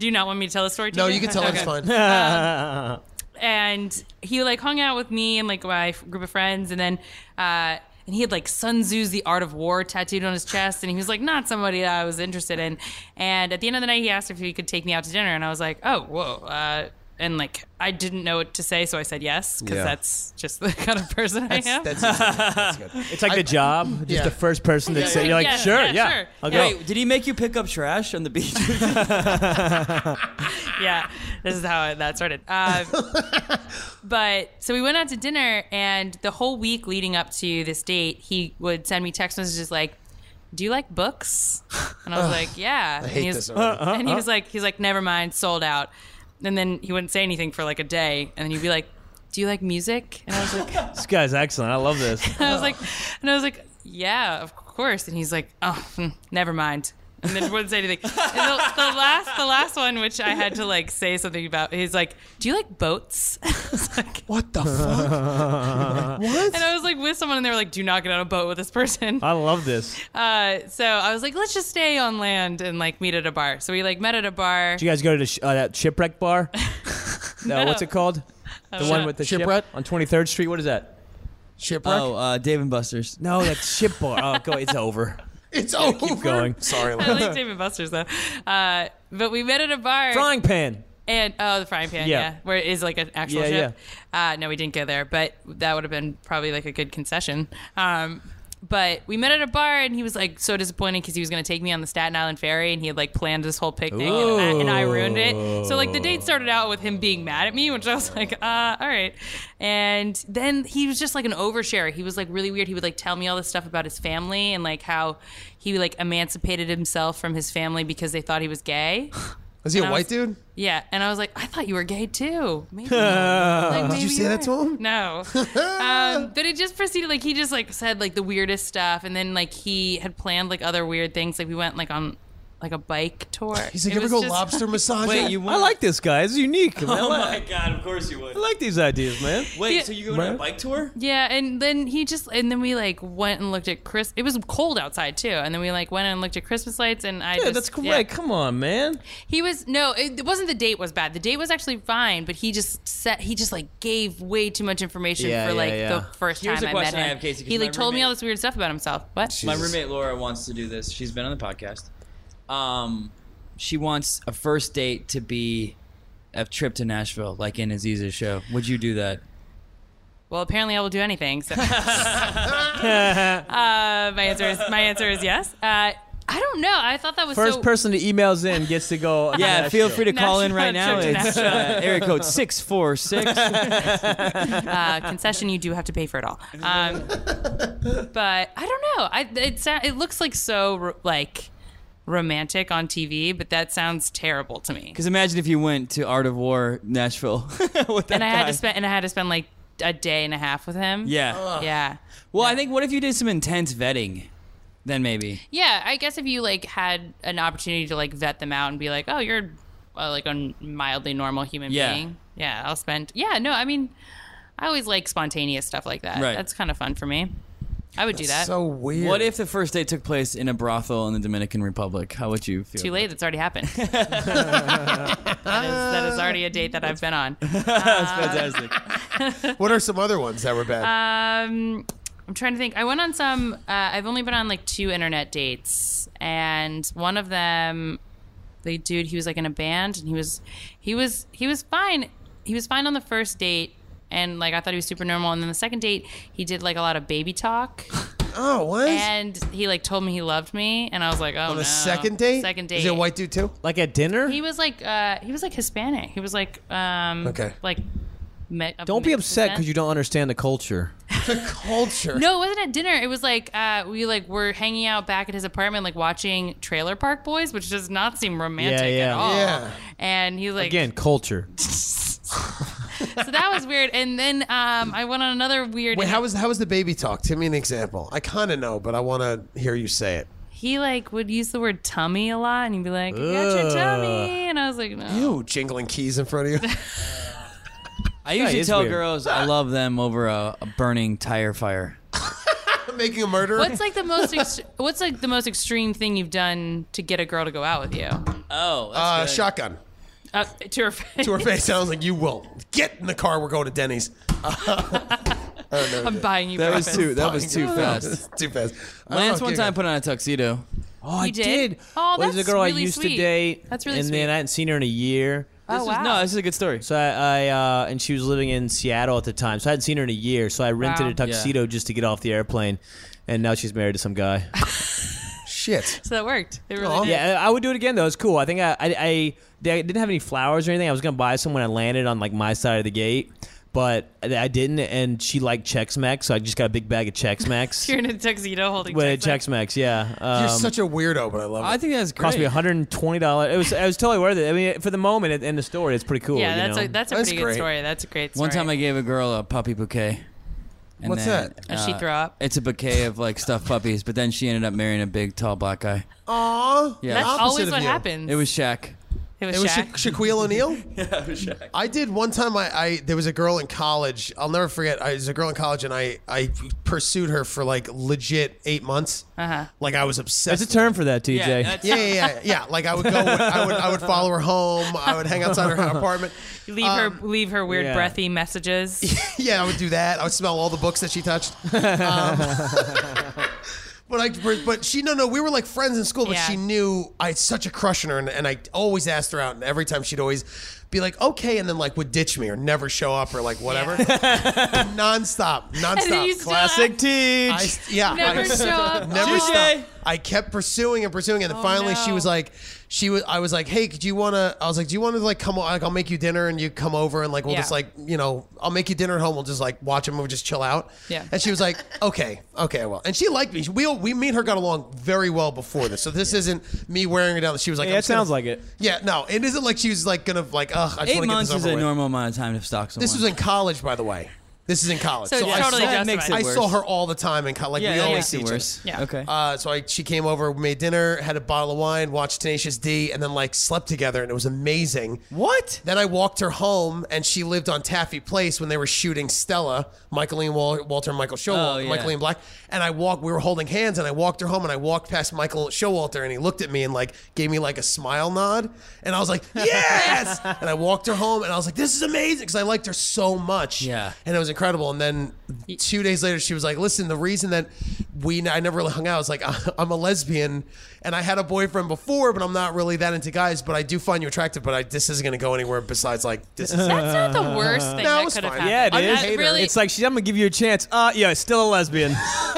S5: do you not want me to tell the story? To
S2: No, you can tell it's fine.
S5: uh, and he like hung out with me and like my f- group of friends and then uh and he had like Sun Tzu's The Art of War tattooed on his chest, and he was like not somebody that I was interested in. And at the end of the night, he asked if he could take me out to dinner, and I was like, oh, whoa. Uh, and like I didn't know what to say, so I said yes because
S2: Yeah.
S5: that's just the kind of person
S2: That's,
S5: I am.
S2: that's, that's good.
S6: It's like the job. Just
S2: Yeah.
S6: the first person that say you're like,
S5: Yeah,
S6: sure,
S5: yeah,
S6: yeah,
S5: sure.
S6: I'll
S5: Yeah.
S6: go.
S4: Wait, did he make you pick up trash on the beach?
S5: yeah, this is how that started. Um, but so we went out to dinner, and the whole week leading up to this date, he would send me text messages like, "Do you like books?" And I was like, "Yeah."
S2: I
S5: and he
S2: hate
S5: was,
S2: this already. Uh-huh.
S5: and he was like, "He's like, never mind, sold out." And then he wouldn't say anything for like a day, and then you'd be like, "Do you like music?" And I was like,
S6: This guy's excellent. I love this.
S5: I was like, and I was like, "Yeah, of course." And he's like, "Oh, hmm, never mind." And then wouldn't say anything. And the, the last, the last one, which I had to like say something about, he's like, "Do you like boats?" I was like,
S2: What the fuck?
S5: and I was like with someone, and they were like, "Do not get on a boat with this person."
S6: I love this.
S5: Uh, so I was like, "Let's just stay on land and like meet at a bar." So we like met at a bar.
S6: Do you guys go to the sh- uh, that shipwreck bar? no. what's it called? The one
S5: know.
S6: with the
S2: Shipwreck?
S6: ship on 23rd Street. What is that?
S2: Shipwreck.
S4: oh, uh, Dave and Buster's.
S6: No, that ship bar. Oh, go. It's over.
S2: it's over. Keep
S6: going.
S2: Sorry.
S5: I
S2: Lou.
S5: like David Buster's though. Uh, but we met at a bar.
S6: Frying pan.
S5: And oh, the frying pan, yeah,
S6: Yeah.
S5: where it is like an actual
S6: Yeah,
S5: ship. Uh, no, we didn't go there, but that would have been probably like a good concession. Um, but we met at a bar, and he was like so disappointed because he was going to take me on the Staten Island ferry, and he had like planned this whole picnic, and I, and I ruined it. So like the date started out with him being mad at me, which I was like, uh, all right. And then he was just like an overshare. He was like really weird. He would like tell me all this stuff about his family and like how he like emancipated himself from his family because they thought he was gay.
S2: Is he a
S5: I
S2: white
S5: was-
S2: dude?
S5: Yeah, and I was like, I thought you were gay too. Maybe. Like,
S2: Did you
S5: maybe
S2: say that to
S5: are.
S2: him?
S5: No. um, but it just proceeded like he just like said like the weirdest stuff, and then like he had planned like other weird things. Like we went like on like a bike tour.
S2: He's like,
S5: It
S2: you ever
S5: was
S2: go
S5: just-
S2: lobster massage?
S4: Wait, you
S6: I
S4: want?
S6: like this guy. It's unique. man. I,
S4: Oh
S6: like,
S4: my god! Of course you would.
S6: I like these ideas, man.
S4: Wait,
S5: Yeah.
S4: so you going on a
S6: Right.
S4: bike tour?
S5: Yeah, and then he just and then we like went and looked at Chris. It was cold outside too, and then we like went and looked at Christmas lights, and I
S6: Yeah,
S5: just,
S6: that's
S5: yeah.
S6: correct. Come on, man.
S5: He was no, it, it wasn't the date was bad. The date was actually fine, but he just set he just like gave way too much information
S6: Yeah,
S5: for
S6: yeah,
S5: like
S6: yeah.
S5: the first
S4: Here's a
S5: time I met
S4: question
S5: him.
S4: I have, Casey, 'cause
S5: he like
S4: my
S5: told me
S4: roommate-
S5: all this weird stuff about himself. What?
S4: My
S2: Jesus.
S4: roommate Laura wants to do this. She's been on the podcast. Um, she wants a first date to be a trip to Nashville, like in Aziza's show. Would you do that?
S5: Well, apparently I will do anything. So. uh, my answer is my answer is yes. Uh, I don't know. I thought that was
S6: First
S5: so,
S6: person to emails in gets to go.
S4: Yeah, feel free to call in right now.
S5: Nashville, trip to
S4: It's uh, area code six four six.
S5: uh, concession. You do have to pay for it all. Um, but I don't know. I it sa- it looks like so ro- like romantic on TV, but that sounds terrible to me.
S4: Because imagine if you went to Art of War Nashville with that
S5: and I had
S4: guy.
S5: to spend and I had to spend like a day and a half with him.
S4: Yeah.
S5: Yeah.
S4: well, I think what if you did some intense vetting? Then maybe.
S5: Yeah, I guess if you like had an opportunity to like vet them out and be like, "Oh, you're uh, like a mildly normal human
S4: Yeah.
S5: being." Yeah, I'll spend. Yeah, no, I mean, I always like spontaneous stuff like that.
S4: Right.
S5: That's kind of fun for me. I would do that.
S2: so weird.
S4: What if the first date took place in a brothel in the Dominican Republic? How would you feel?
S5: Too late. That's already happened. that, is, that is already a date that I've been on.
S4: That's fantastic.
S2: What are some other ones that were bad?
S5: Um, I'm trying to think. I went on some. Uh, I've only been on like two internet dates, and one of them, the dude, he was like in a band, and he was, he was, he was fine. He was fine on the first date, and like I thought he was super normal. And then the second date, he did like a lot of baby talk,
S2: oh, what?
S5: and he like told me he loved me, and I was like, oh
S2: On
S5: no.
S2: a second date?
S5: second date,
S2: Is it a white dude too?
S6: Like at dinner?
S5: He was like, uh, he was like Hispanic. He was like, um,
S2: Okay.
S5: like met up.
S6: Don't be upset because you don't understand the culture.
S2: The culture.
S5: No, it wasn't at dinner. It was like uh, we like were hanging out back at his apartment, like watching Trailer Park Boys, which does not seem romantic
S6: yeah.
S5: at all.
S2: Yeah.
S5: And he's like,
S6: Again, culture.
S5: so that was weird. And then um, I went on another weird.
S2: Wait, how was how was the baby talk? Give me an example. I kind of know, but I want to hear you say it.
S5: he like would use the word tummy a lot, and he'd be like, "I got your tummy," and I was like, "No."
S2: Ooh, jingling keys in front of you.
S4: I usually
S6: is
S4: tell
S6: weird.
S4: girls I love them over a, a burning tire fire.
S2: Making a murderer.
S5: What's like the most ex- What's like the most extreme thing you've done to get a girl to go out with you?
S4: Oh,
S2: uh, shotgun
S5: Uh, to her face.
S2: to her face. Sounds like you will get in the car. We're going to Denny's.
S5: I'm buying you.
S4: That was
S5: breakfast.
S4: too. That was too fast.
S2: It's too fast. Oh, I don't
S4: Lance
S2: know,
S4: one
S2: Giga.
S4: time put on a tuxedo.
S6: Oh, I
S5: You did? Oh,
S6: Well, there's
S5: that's
S6: a girl
S5: really
S6: I used
S5: sweet.
S6: to date.
S5: That's really
S6: And
S5: sweet.
S6: then I hadn't seen her in a year.
S5: Oh
S4: This was-
S5: wow.
S4: no, this is a good story.
S6: So I, I uh, and she was living in Seattle at the time, so I hadn't seen her in a year. So I rented
S5: Wow.
S6: a tuxedo just to get off the airplane, and now she's married to some guy.
S2: Shit.
S5: so that worked. It really
S2: Oh.
S5: did.
S6: yeah, I I would do it again though. It's cool. I think I, I, I they didn't have any flowers or anything. I was gonna buy some when I landed on like my side of the gate, but I I didn't. And she liked Chex Mex, so I just got a big bag of Chex Mex.
S5: You're in a tuxedo holding.
S6: With
S5: Texas.
S6: Chex Mex, yeah. Um,
S2: You're such a weirdo, but I love it.
S4: I think that's great.
S6: cost me 120 dollars. It was I was totally worth it. I mean, for the moment in- in the story, it's pretty cool.
S5: Yeah,
S6: you
S5: that's
S6: know?
S5: a, that's a
S2: That's
S5: pretty
S2: great.
S5: good story. That's a great story.
S4: One time I gave a girl a puppy bouquet. and
S2: What's
S4: then,
S2: that?
S5: Did she
S4: uh,
S5: throw up?
S4: It's a bouquet of like stuffed puppies, but then she ended up marrying a big, tall black guy.
S2: Aw.
S4: Yeah.
S5: That's
S2: opposite
S5: always
S2: of
S5: what
S2: you.
S5: happens.
S4: It was Shaq.
S5: It was
S2: It was Sha-
S5: Shaq.
S2: Shaquille O'Neal. yeah, I did one time. I, I there was a girl in college. I'll never forget. I was a girl in college, and I I pursued her for like legit eight months. Uh-huh. Like I was obsessed.
S6: There's a term for that, TJ.
S2: yeah, yeah, yeah, yeah. Like I would go. I would I would follow her home. I would hang outside her apartment.
S5: leave her leave her weird
S6: yeah.
S5: breathy messages.
S2: Yeah, I would do that. I would smell all the books that she touched. Um, but I, but she, no, no, we were like friends in school. But
S5: Yeah.
S2: she knew I had such a crush on her, and, and I always asked her out. And every time she'd always be like, "Okay," and then like would ditch me or never show up or like whatever, nonstop,
S5: And then you
S2: nonstop.
S5: still
S6: Classic teach.
S2: I, yeah,
S5: never
S2: I-
S5: show up.
S2: Never
S5: Oh.
S2: stopped. I kept pursuing and pursuing, and then
S5: Oh,
S2: finally she
S5: no.
S2: was like, she was. I was like, hey, could you wanna? I was like, do you wanna like come? o- Like, I'll make you dinner, and you come over, and like we'll
S5: Yeah.
S2: just like you know, I'll make you dinner at home. We'll just like watch a movie, just chill out.
S5: Yeah.
S2: And she was like, okay, okay, well, and she liked me. We all- we me and her got along very well before this, so this isn't me wearing her down. She was like,
S6: Yeah,
S2: I'm
S6: it
S2: just gonna-
S6: sounds like it.
S2: Yeah, no, it isn't like she was like gonna like, ugh, I just
S4: Eight
S2: want to get this
S4: months is
S2: over
S4: a
S2: with.
S4: normal amount of time to stalk someone.
S2: This was in college, by the way. This is in college,
S5: So it's
S2: I
S5: totally
S2: saw,
S4: That makes
S5: justified.
S2: I
S4: it worse.
S2: saw her all the time, and like
S4: yeah,
S2: we
S4: that
S2: always
S4: makes
S2: see
S4: it
S2: each other.
S4: worse.
S5: Yeah.
S4: Okay.
S2: Uh, so I, she came over, made dinner, had a bottle of wine, watched Tenacious D, and then like slept together, and it was amazing.
S4: what?
S2: Then I walked her home, and she lived on Taffy Place when they were shooting Stella, Michael Ian Wal- Walter, and Michael Showalter,
S4: Oh, yeah.
S2: Michael Ian Black. And I walked, we were holding hands, and I walked her home, and I walked past Michael Showalter, and he looked at me and like gave me like a smile nod, and I was like, yes! and I walked her home, and I was like, this is amazing because I liked her so much,
S4: Yeah.
S2: and it was incredible. And then two days later, she was like, listen, the reason that we I never really hung out is like I'm a lesbian, and I had a boyfriend before, but I'm not really that into guys, but I do find you attractive, but I this isn't gonna go anywhere besides like this is.
S5: That's not the worst
S2: No,
S5: thing
S2: it
S5: that
S2: was
S5: could have
S2: fine.
S5: happened.
S6: Yeah, it
S5: I
S6: is.
S5: That really,
S6: It's like she's. I'm gonna give you a chance. Uh, yeah, still a lesbian.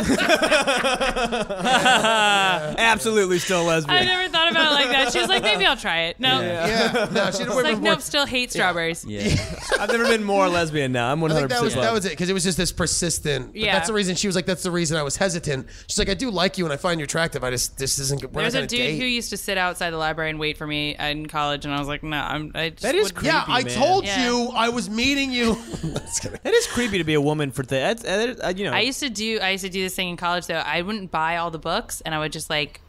S6: Absolutely still a
S5: I
S6: lesbian.
S5: never thought about it like that. She was like, maybe I'll try it. No,
S2: Yeah, no, she had a
S5: it's like
S2: boyfriend
S5: nope,
S2: before.
S5: still hate strawberries.
S4: Yeah.
S6: I've never been more lesbian. Now I'm 100.
S2: I think that was
S6: percent
S2: that was it because it was just this persistent. Yeah,
S5: Yeah.
S2: that's the reason she was like, "That's the reason I was hesitant." She's like, "I do like you and I find you attractive. I just this isn't good. We're
S5: There's
S2: not
S5: a
S2: gonna
S5: dude
S2: date."
S5: who used to sit outside the library and wait for me in college, and I was like, no, I'm. I just
S6: That is
S5: would-
S6: creepy.
S2: yeah, I
S6: man.
S2: told
S5: Yeah.
S2: you I was meeting you. That's gonna-
S6: That is creepy to be a woman for that. That's, that is- uh, you know.
S5: I used to do I used to do this thing in college though. I wouldn't buy all the books and I would just like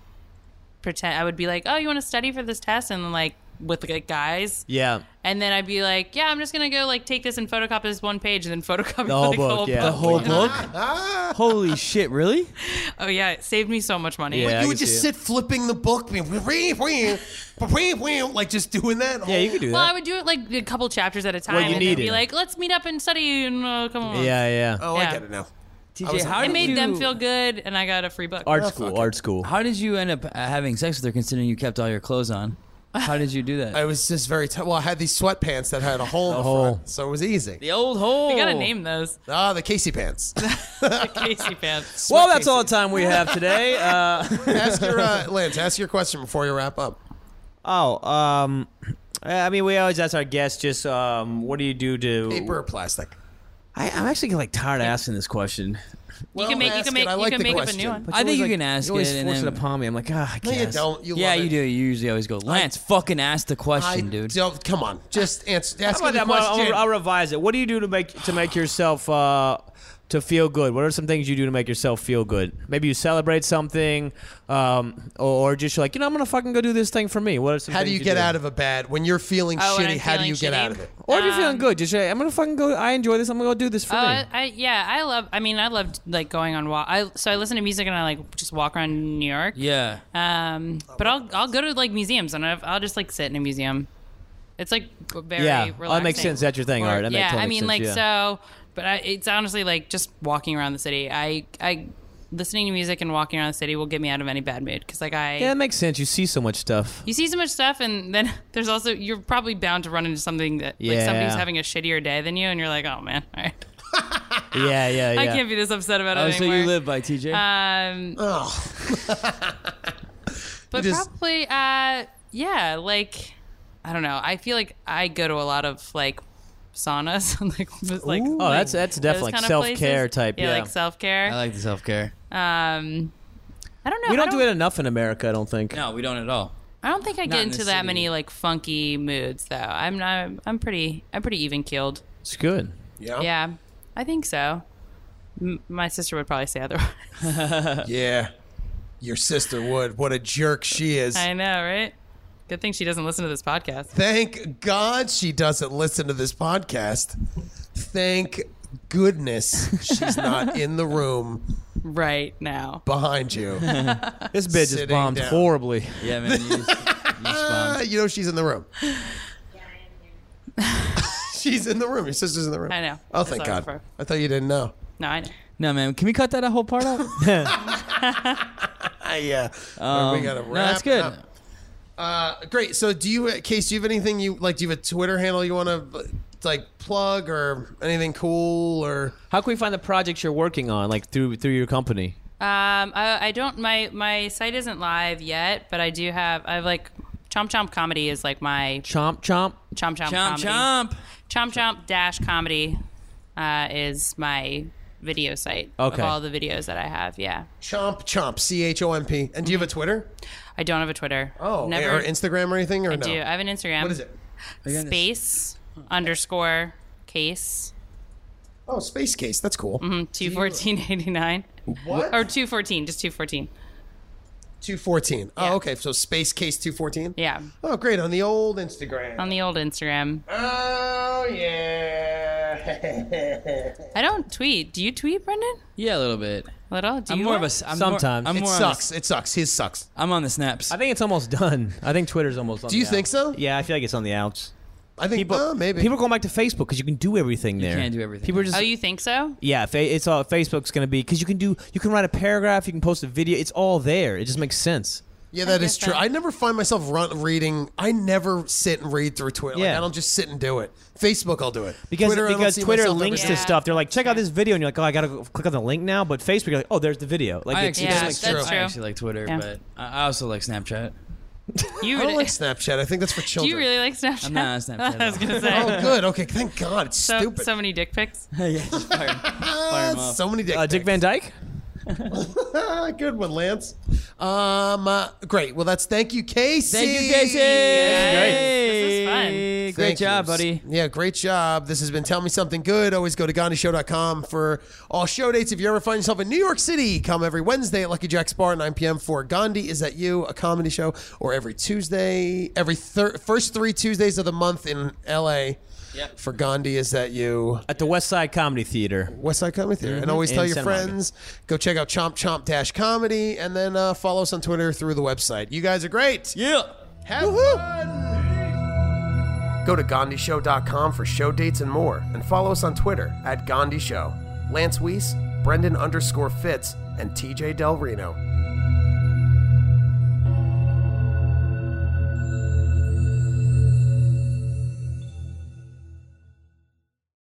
S5: pretend I would be like, "Oh, you want to study for this test?" and then like with like guys.
S6: yeah.
S5: And then I'd be like, "Yeah, I'm just going to go like take this and photocopy this one page and then photocopy
S6: oh, The whole
S5: like,
S6: book. yeah.
S5: book."
S6: book.
S2: Ah.
S6: Holy shit! Really?
S5: Oh yeah, it saved me so much money.
S6: Yeah. I
S2: you
S6: can
S2: would just
S6: see
S2: sit flipping the book, being like just doing that.
S6: Yeah, you could do
S5: Well, I
S6: that.
S5: would do it like a couple chapters at a time
S6: Well, you
S5: and then
S6: need
S5: be
S6: it.
S5: like, "Let's meet up and study and uh, come on."
S6: yeah, yeah.
S2: Oh,
S5: Yeah.
S2: I get it now.
S4: TJ, how
S5: It
S4: did
S5: made
S4: you,
S5: them feel good and I got a free book.
S6: art school. Art school.
S4: How did you end up uh, having sex with her, considering you kept all your clothes on? How did you do that?
S2: I was just very t- well. I had these sweatpants that had a hole in the
S6: hole.
S2: front, so it was easy.
S4: the old hole.
S5: You got to name those.
S2: Ah, the Casey pants.
S5: The Casey pants.
S6: Well, that's all the time we have today. Uh,
S2: ask your uh, Lance. Ask your question before you wrap up.
S6: Oh, um, I mean, we always ask our guests just, um, what do you do to?
S2: Paper or plastic?
S6: I, I'm actually like tired of asking this question.
S5: You can make you
S2: ask it.
S5: can make
S2: I
S5: you
S2: like
S5: can
S2: the
S5: make up a
S2: question.
S5: new one.
S4: I think you can ask
S6: You always
S4: it. and
S6: force it
S4: then-
S6: upon me. I'm like, ah, I
S2: No,
S6: guess.
S2: you don't. You
S4: yeah,
S2: love
S4: you
S2: it.
S4: do. You usually always go, Lance, fucking ask the
S2: I
S4: question, dude.
S2: don't. Come on, just answer. Ask me
S6: How
S2: the
S6: about that? I'll,
S2: question.
S6: I'll- I'll revise it. What do you do to make to make yourself uh, to feel good? What are some things you do to make yourself feel good? Maybe you celebrate something, um, or, or just you're like, you know, I'm gonna fucking go do this thing for me. What are some?
S2: how do you get out of a bad when you're feeling
S5: Oh, when
S2: shitty?
S5: I'm
S2: How do
S5: feeling
S2: you get
S5: shitty?
S2: out of it?
S6: Or if you're
S2: Um,
S6: feeling good, just say, I'm gonna fucking go. I enjoy this. I'm gonna go do this for
S5: Oh,
S6: me.
S5: I, I yeah, I love. I mean, I loved like going on walk. I so I listen to music and I like just walk around New York.
S4: Yeah.
S5: Um, but I'll I'll go to like museums and I've, I'll just like sit in a museum. It's like very
S6: Yeah.
S5: relaxing.
S6: Oh, that makes sense. That's your thing.
S5: Or-
S6: All right. That makes
S5: yeah,
S6: totally
S5: I mean
S6: sense.
S5: like
S6: Yeah.
S5: so, but I, it's honestly like just walking around the city. I I listening to music and walking around the city will get me out of any bad mood because like I
S6: Yeah, that makes sense. You see so much stuff.
S5: you see so much stuff and then there's also you're probably bound to run into something that like
S6: Yeah.
S5: somebody's having a shittier day than you and you're like oh man all right
S6: Yeah, yeah, yeah.
S5: I can't be this upset about it
S4: Oh, so
S5: anymore.
S4: you live by TJ?
S5: Um,
S2: Oh,
S5: but
S2: You just-
S5: probably, uh, yeah, like I don't know. I feel like I go to a lot of like saunas, and, like just, like
S6: Oh, that's that's definitely
S5: kind of
S6: self care
S5: places.
S6: type. Yeah, Uh,
S5: like self care.
S4: I like the self care.
S5: um, I don't know.
S6: we
S5: I
S6: don't do it enough in America. I don't think.
S4: No, we don't at all.
S5: I don't think I
S4: Not
S5: get
S4: in the
S5: into that
S4: city.
S5: many like funky moods though. I'm not. I'm pretty. I'm pretty even keeled.
S6: It's good.
S2: yeah,
S5: Yeah, I think so. M- my sister would probably say otherwise.
S2: yeah. Your sister would. What a jerk she is.
S5: I know, right? Good thing she doesn't listen to this podcast.
S2: Thank God she doesn't listen to this podcast. Thank goodness she's not in the room
S5: Right now.
S2: behind you.
S6: This bitch is
S2: Sitting
S6: bombed
S2: down.
S6: horribly.
S4: Yeah, man. You, just, you
S2: Ah,
S4: spawned.
S2: you know she's in the room. she's in the room. Your sister's in the room.
S5: I know.
S2: Oh,
S5: That's
S2: thank
S5: what I
S2: God.
S5: prefer.
S2: I thought you didn't know.
S5: No, I know.
S4: No, man. Can we cut that whole part out?
S2: Ah, yeah. we gotta wrap
S4: Um, no, that's
S2: it
S4: good.
S2: up. Uh, great. So, do you, Case? Do you have anything you like? Do you have a Twitter handle you want to like plug or anything cool or?
S6: How can we find the projects you're working on, like through through your company?
S5: Um, I, I don't. My my site isn't live yet, but I do have. I've like Chomp Chomp Comedy is like my
S6: Chomp chomp.
S5: Chomp Chomp
S4: Chomp,
S5: Comedy.
S4: chomp.
S5: Chomp Chomp dash Comedy uh, is my video site of
S6: Okay.
S5: all the videos that I have. Yeah,
S2: Chomp Chomp, C H O M P. And do you have a Twitter?
S5: I don't have a Twitter.
S2: Oh,
S5: never.
S2: or Instagram or anything or
S5: I
S2: no?
S5: do. I have an Instagram.
S2: What is it?
S5: Space underscore case
S2: Oh, Space Case. That's cool.
S5: two fourteen eighty nine
S2: What?
S5: Mm-hmm. or two fourteen, just two fourteen.
S2: 214.
S5: Yeah.
S2: Oh, okay. So Space Case 214?
S5: Yeah,
S2: Oh, great. On the old Instagram.
S5: on the old Instagram.
S2: oh, yeah.
S5: I don't tweet. Do you tweet, Brendan?
S4: Yeah, a little bit.
S5: Little? Do
S4: I'm
S5: you
S4: more of
S5: want-
S4: a. s- I'm
S6: Sometimes.
S4: More, I'm
S2: it
S4: more
S2: sucks. It sucks. His sucks.
S5: Oh,
S4: On the, I'm on the snaps.
S6: I think it's almost done. I think Twitter's almost. on
S2: Do
S6: the
S2: you think
S6: outs.
S2: so?
S6: Yeah, I feel like it's on the outs.
S2: I think
S6: People,
S2: uh, maybe.
S6: people are going back to Facebook because you can do everything there.
S4: can do everything.
S6: People are just
S5: Oh, you think so?
S6: yeah. Fa- it's all Facebook's going to be because you can do you can write a paragraph, you can post a video. It's all there. It just makes sense.
S2: yeah, that
S5: I
S2: is
S5: guess
S2: true.
S5: that-
S2: I never find myself run, reading. I never sit and read through Twitter. Like,
S6: Yeah.
S2: I don't just sit and do it. Facebook, I'll do it.
S6: Because
S2: Twitter, I don't
S6: because
S2: see
S6: Twitter
S2: myself ever
S6: links
S2: doing
S6: to
S5: Yeah.
S2: it.
S6: stuff. They're like, check out this video, and you're like, oh, I gotta go click on the link now. But Facebook, you're like, oh, there's the video. Like,
S4: I
S6: it's,
S4: actually
S5: Yeah,
S4: like
S5: that's
S4: Twitter.
S5: true.
S4: I actually like Twitter,
S5: Yeah.
S4: but I I also like Snapchat.
S5: You
S2: I don't
S5: really-
S2: like Snapchat. I think that's for
S5: do
S2: children.
S5: you really like Snapchat?
S4: Oh, I'm not on Snapchat
S5: I was
S4: at
S5: gonna say.
S2: Oh, good. Okay. Thank God. It's
S5: so,
S2: stupid.
S5: so many dick pics.
S4: yeah, just fire, fire 'em
S2: Ah,
S4: up.
S2: so many dick
S6: uh, Dick
S2: pics.
S6: Van Dyke.
S2: Ah, Good one, Lance. Um, uh, great. Well, that's thank you, Casey.
S4: Thank you, Casey.
S5: This is fun.
S4: Great
S2: Thank you.
S4: job, buddy.
S2: Yeah, great job. This has been Tell Me Something Good. Always go to GandhiShow.com for all show dates. If you ever find yourself in New York City, come every Wednesday at Lucky Jack's Bar, 9 p.m. for Gandhi Is That You, a comedy show, or every Tuesday, every thir- first three Tuesdays of the month in L.A. for Gandhi Is That You.
S6: at the West Side Comedy Theater.
S2: West Side Comedy Theater. And always tell
S6: In
S2: your
S6: Santa Monica.
S2: friends. Go check out Chomp Chomp Dash Comedy and then uh, follow us on Twitter through the website. You guys are great.
S4: Yeah.
S2: Have fun. Go to GandhiShow.com for show dates and more. And follow us on Twitter at Gandhi Show. Lance Weiss, Brendan underscore Fitz, and TJ Del Reno.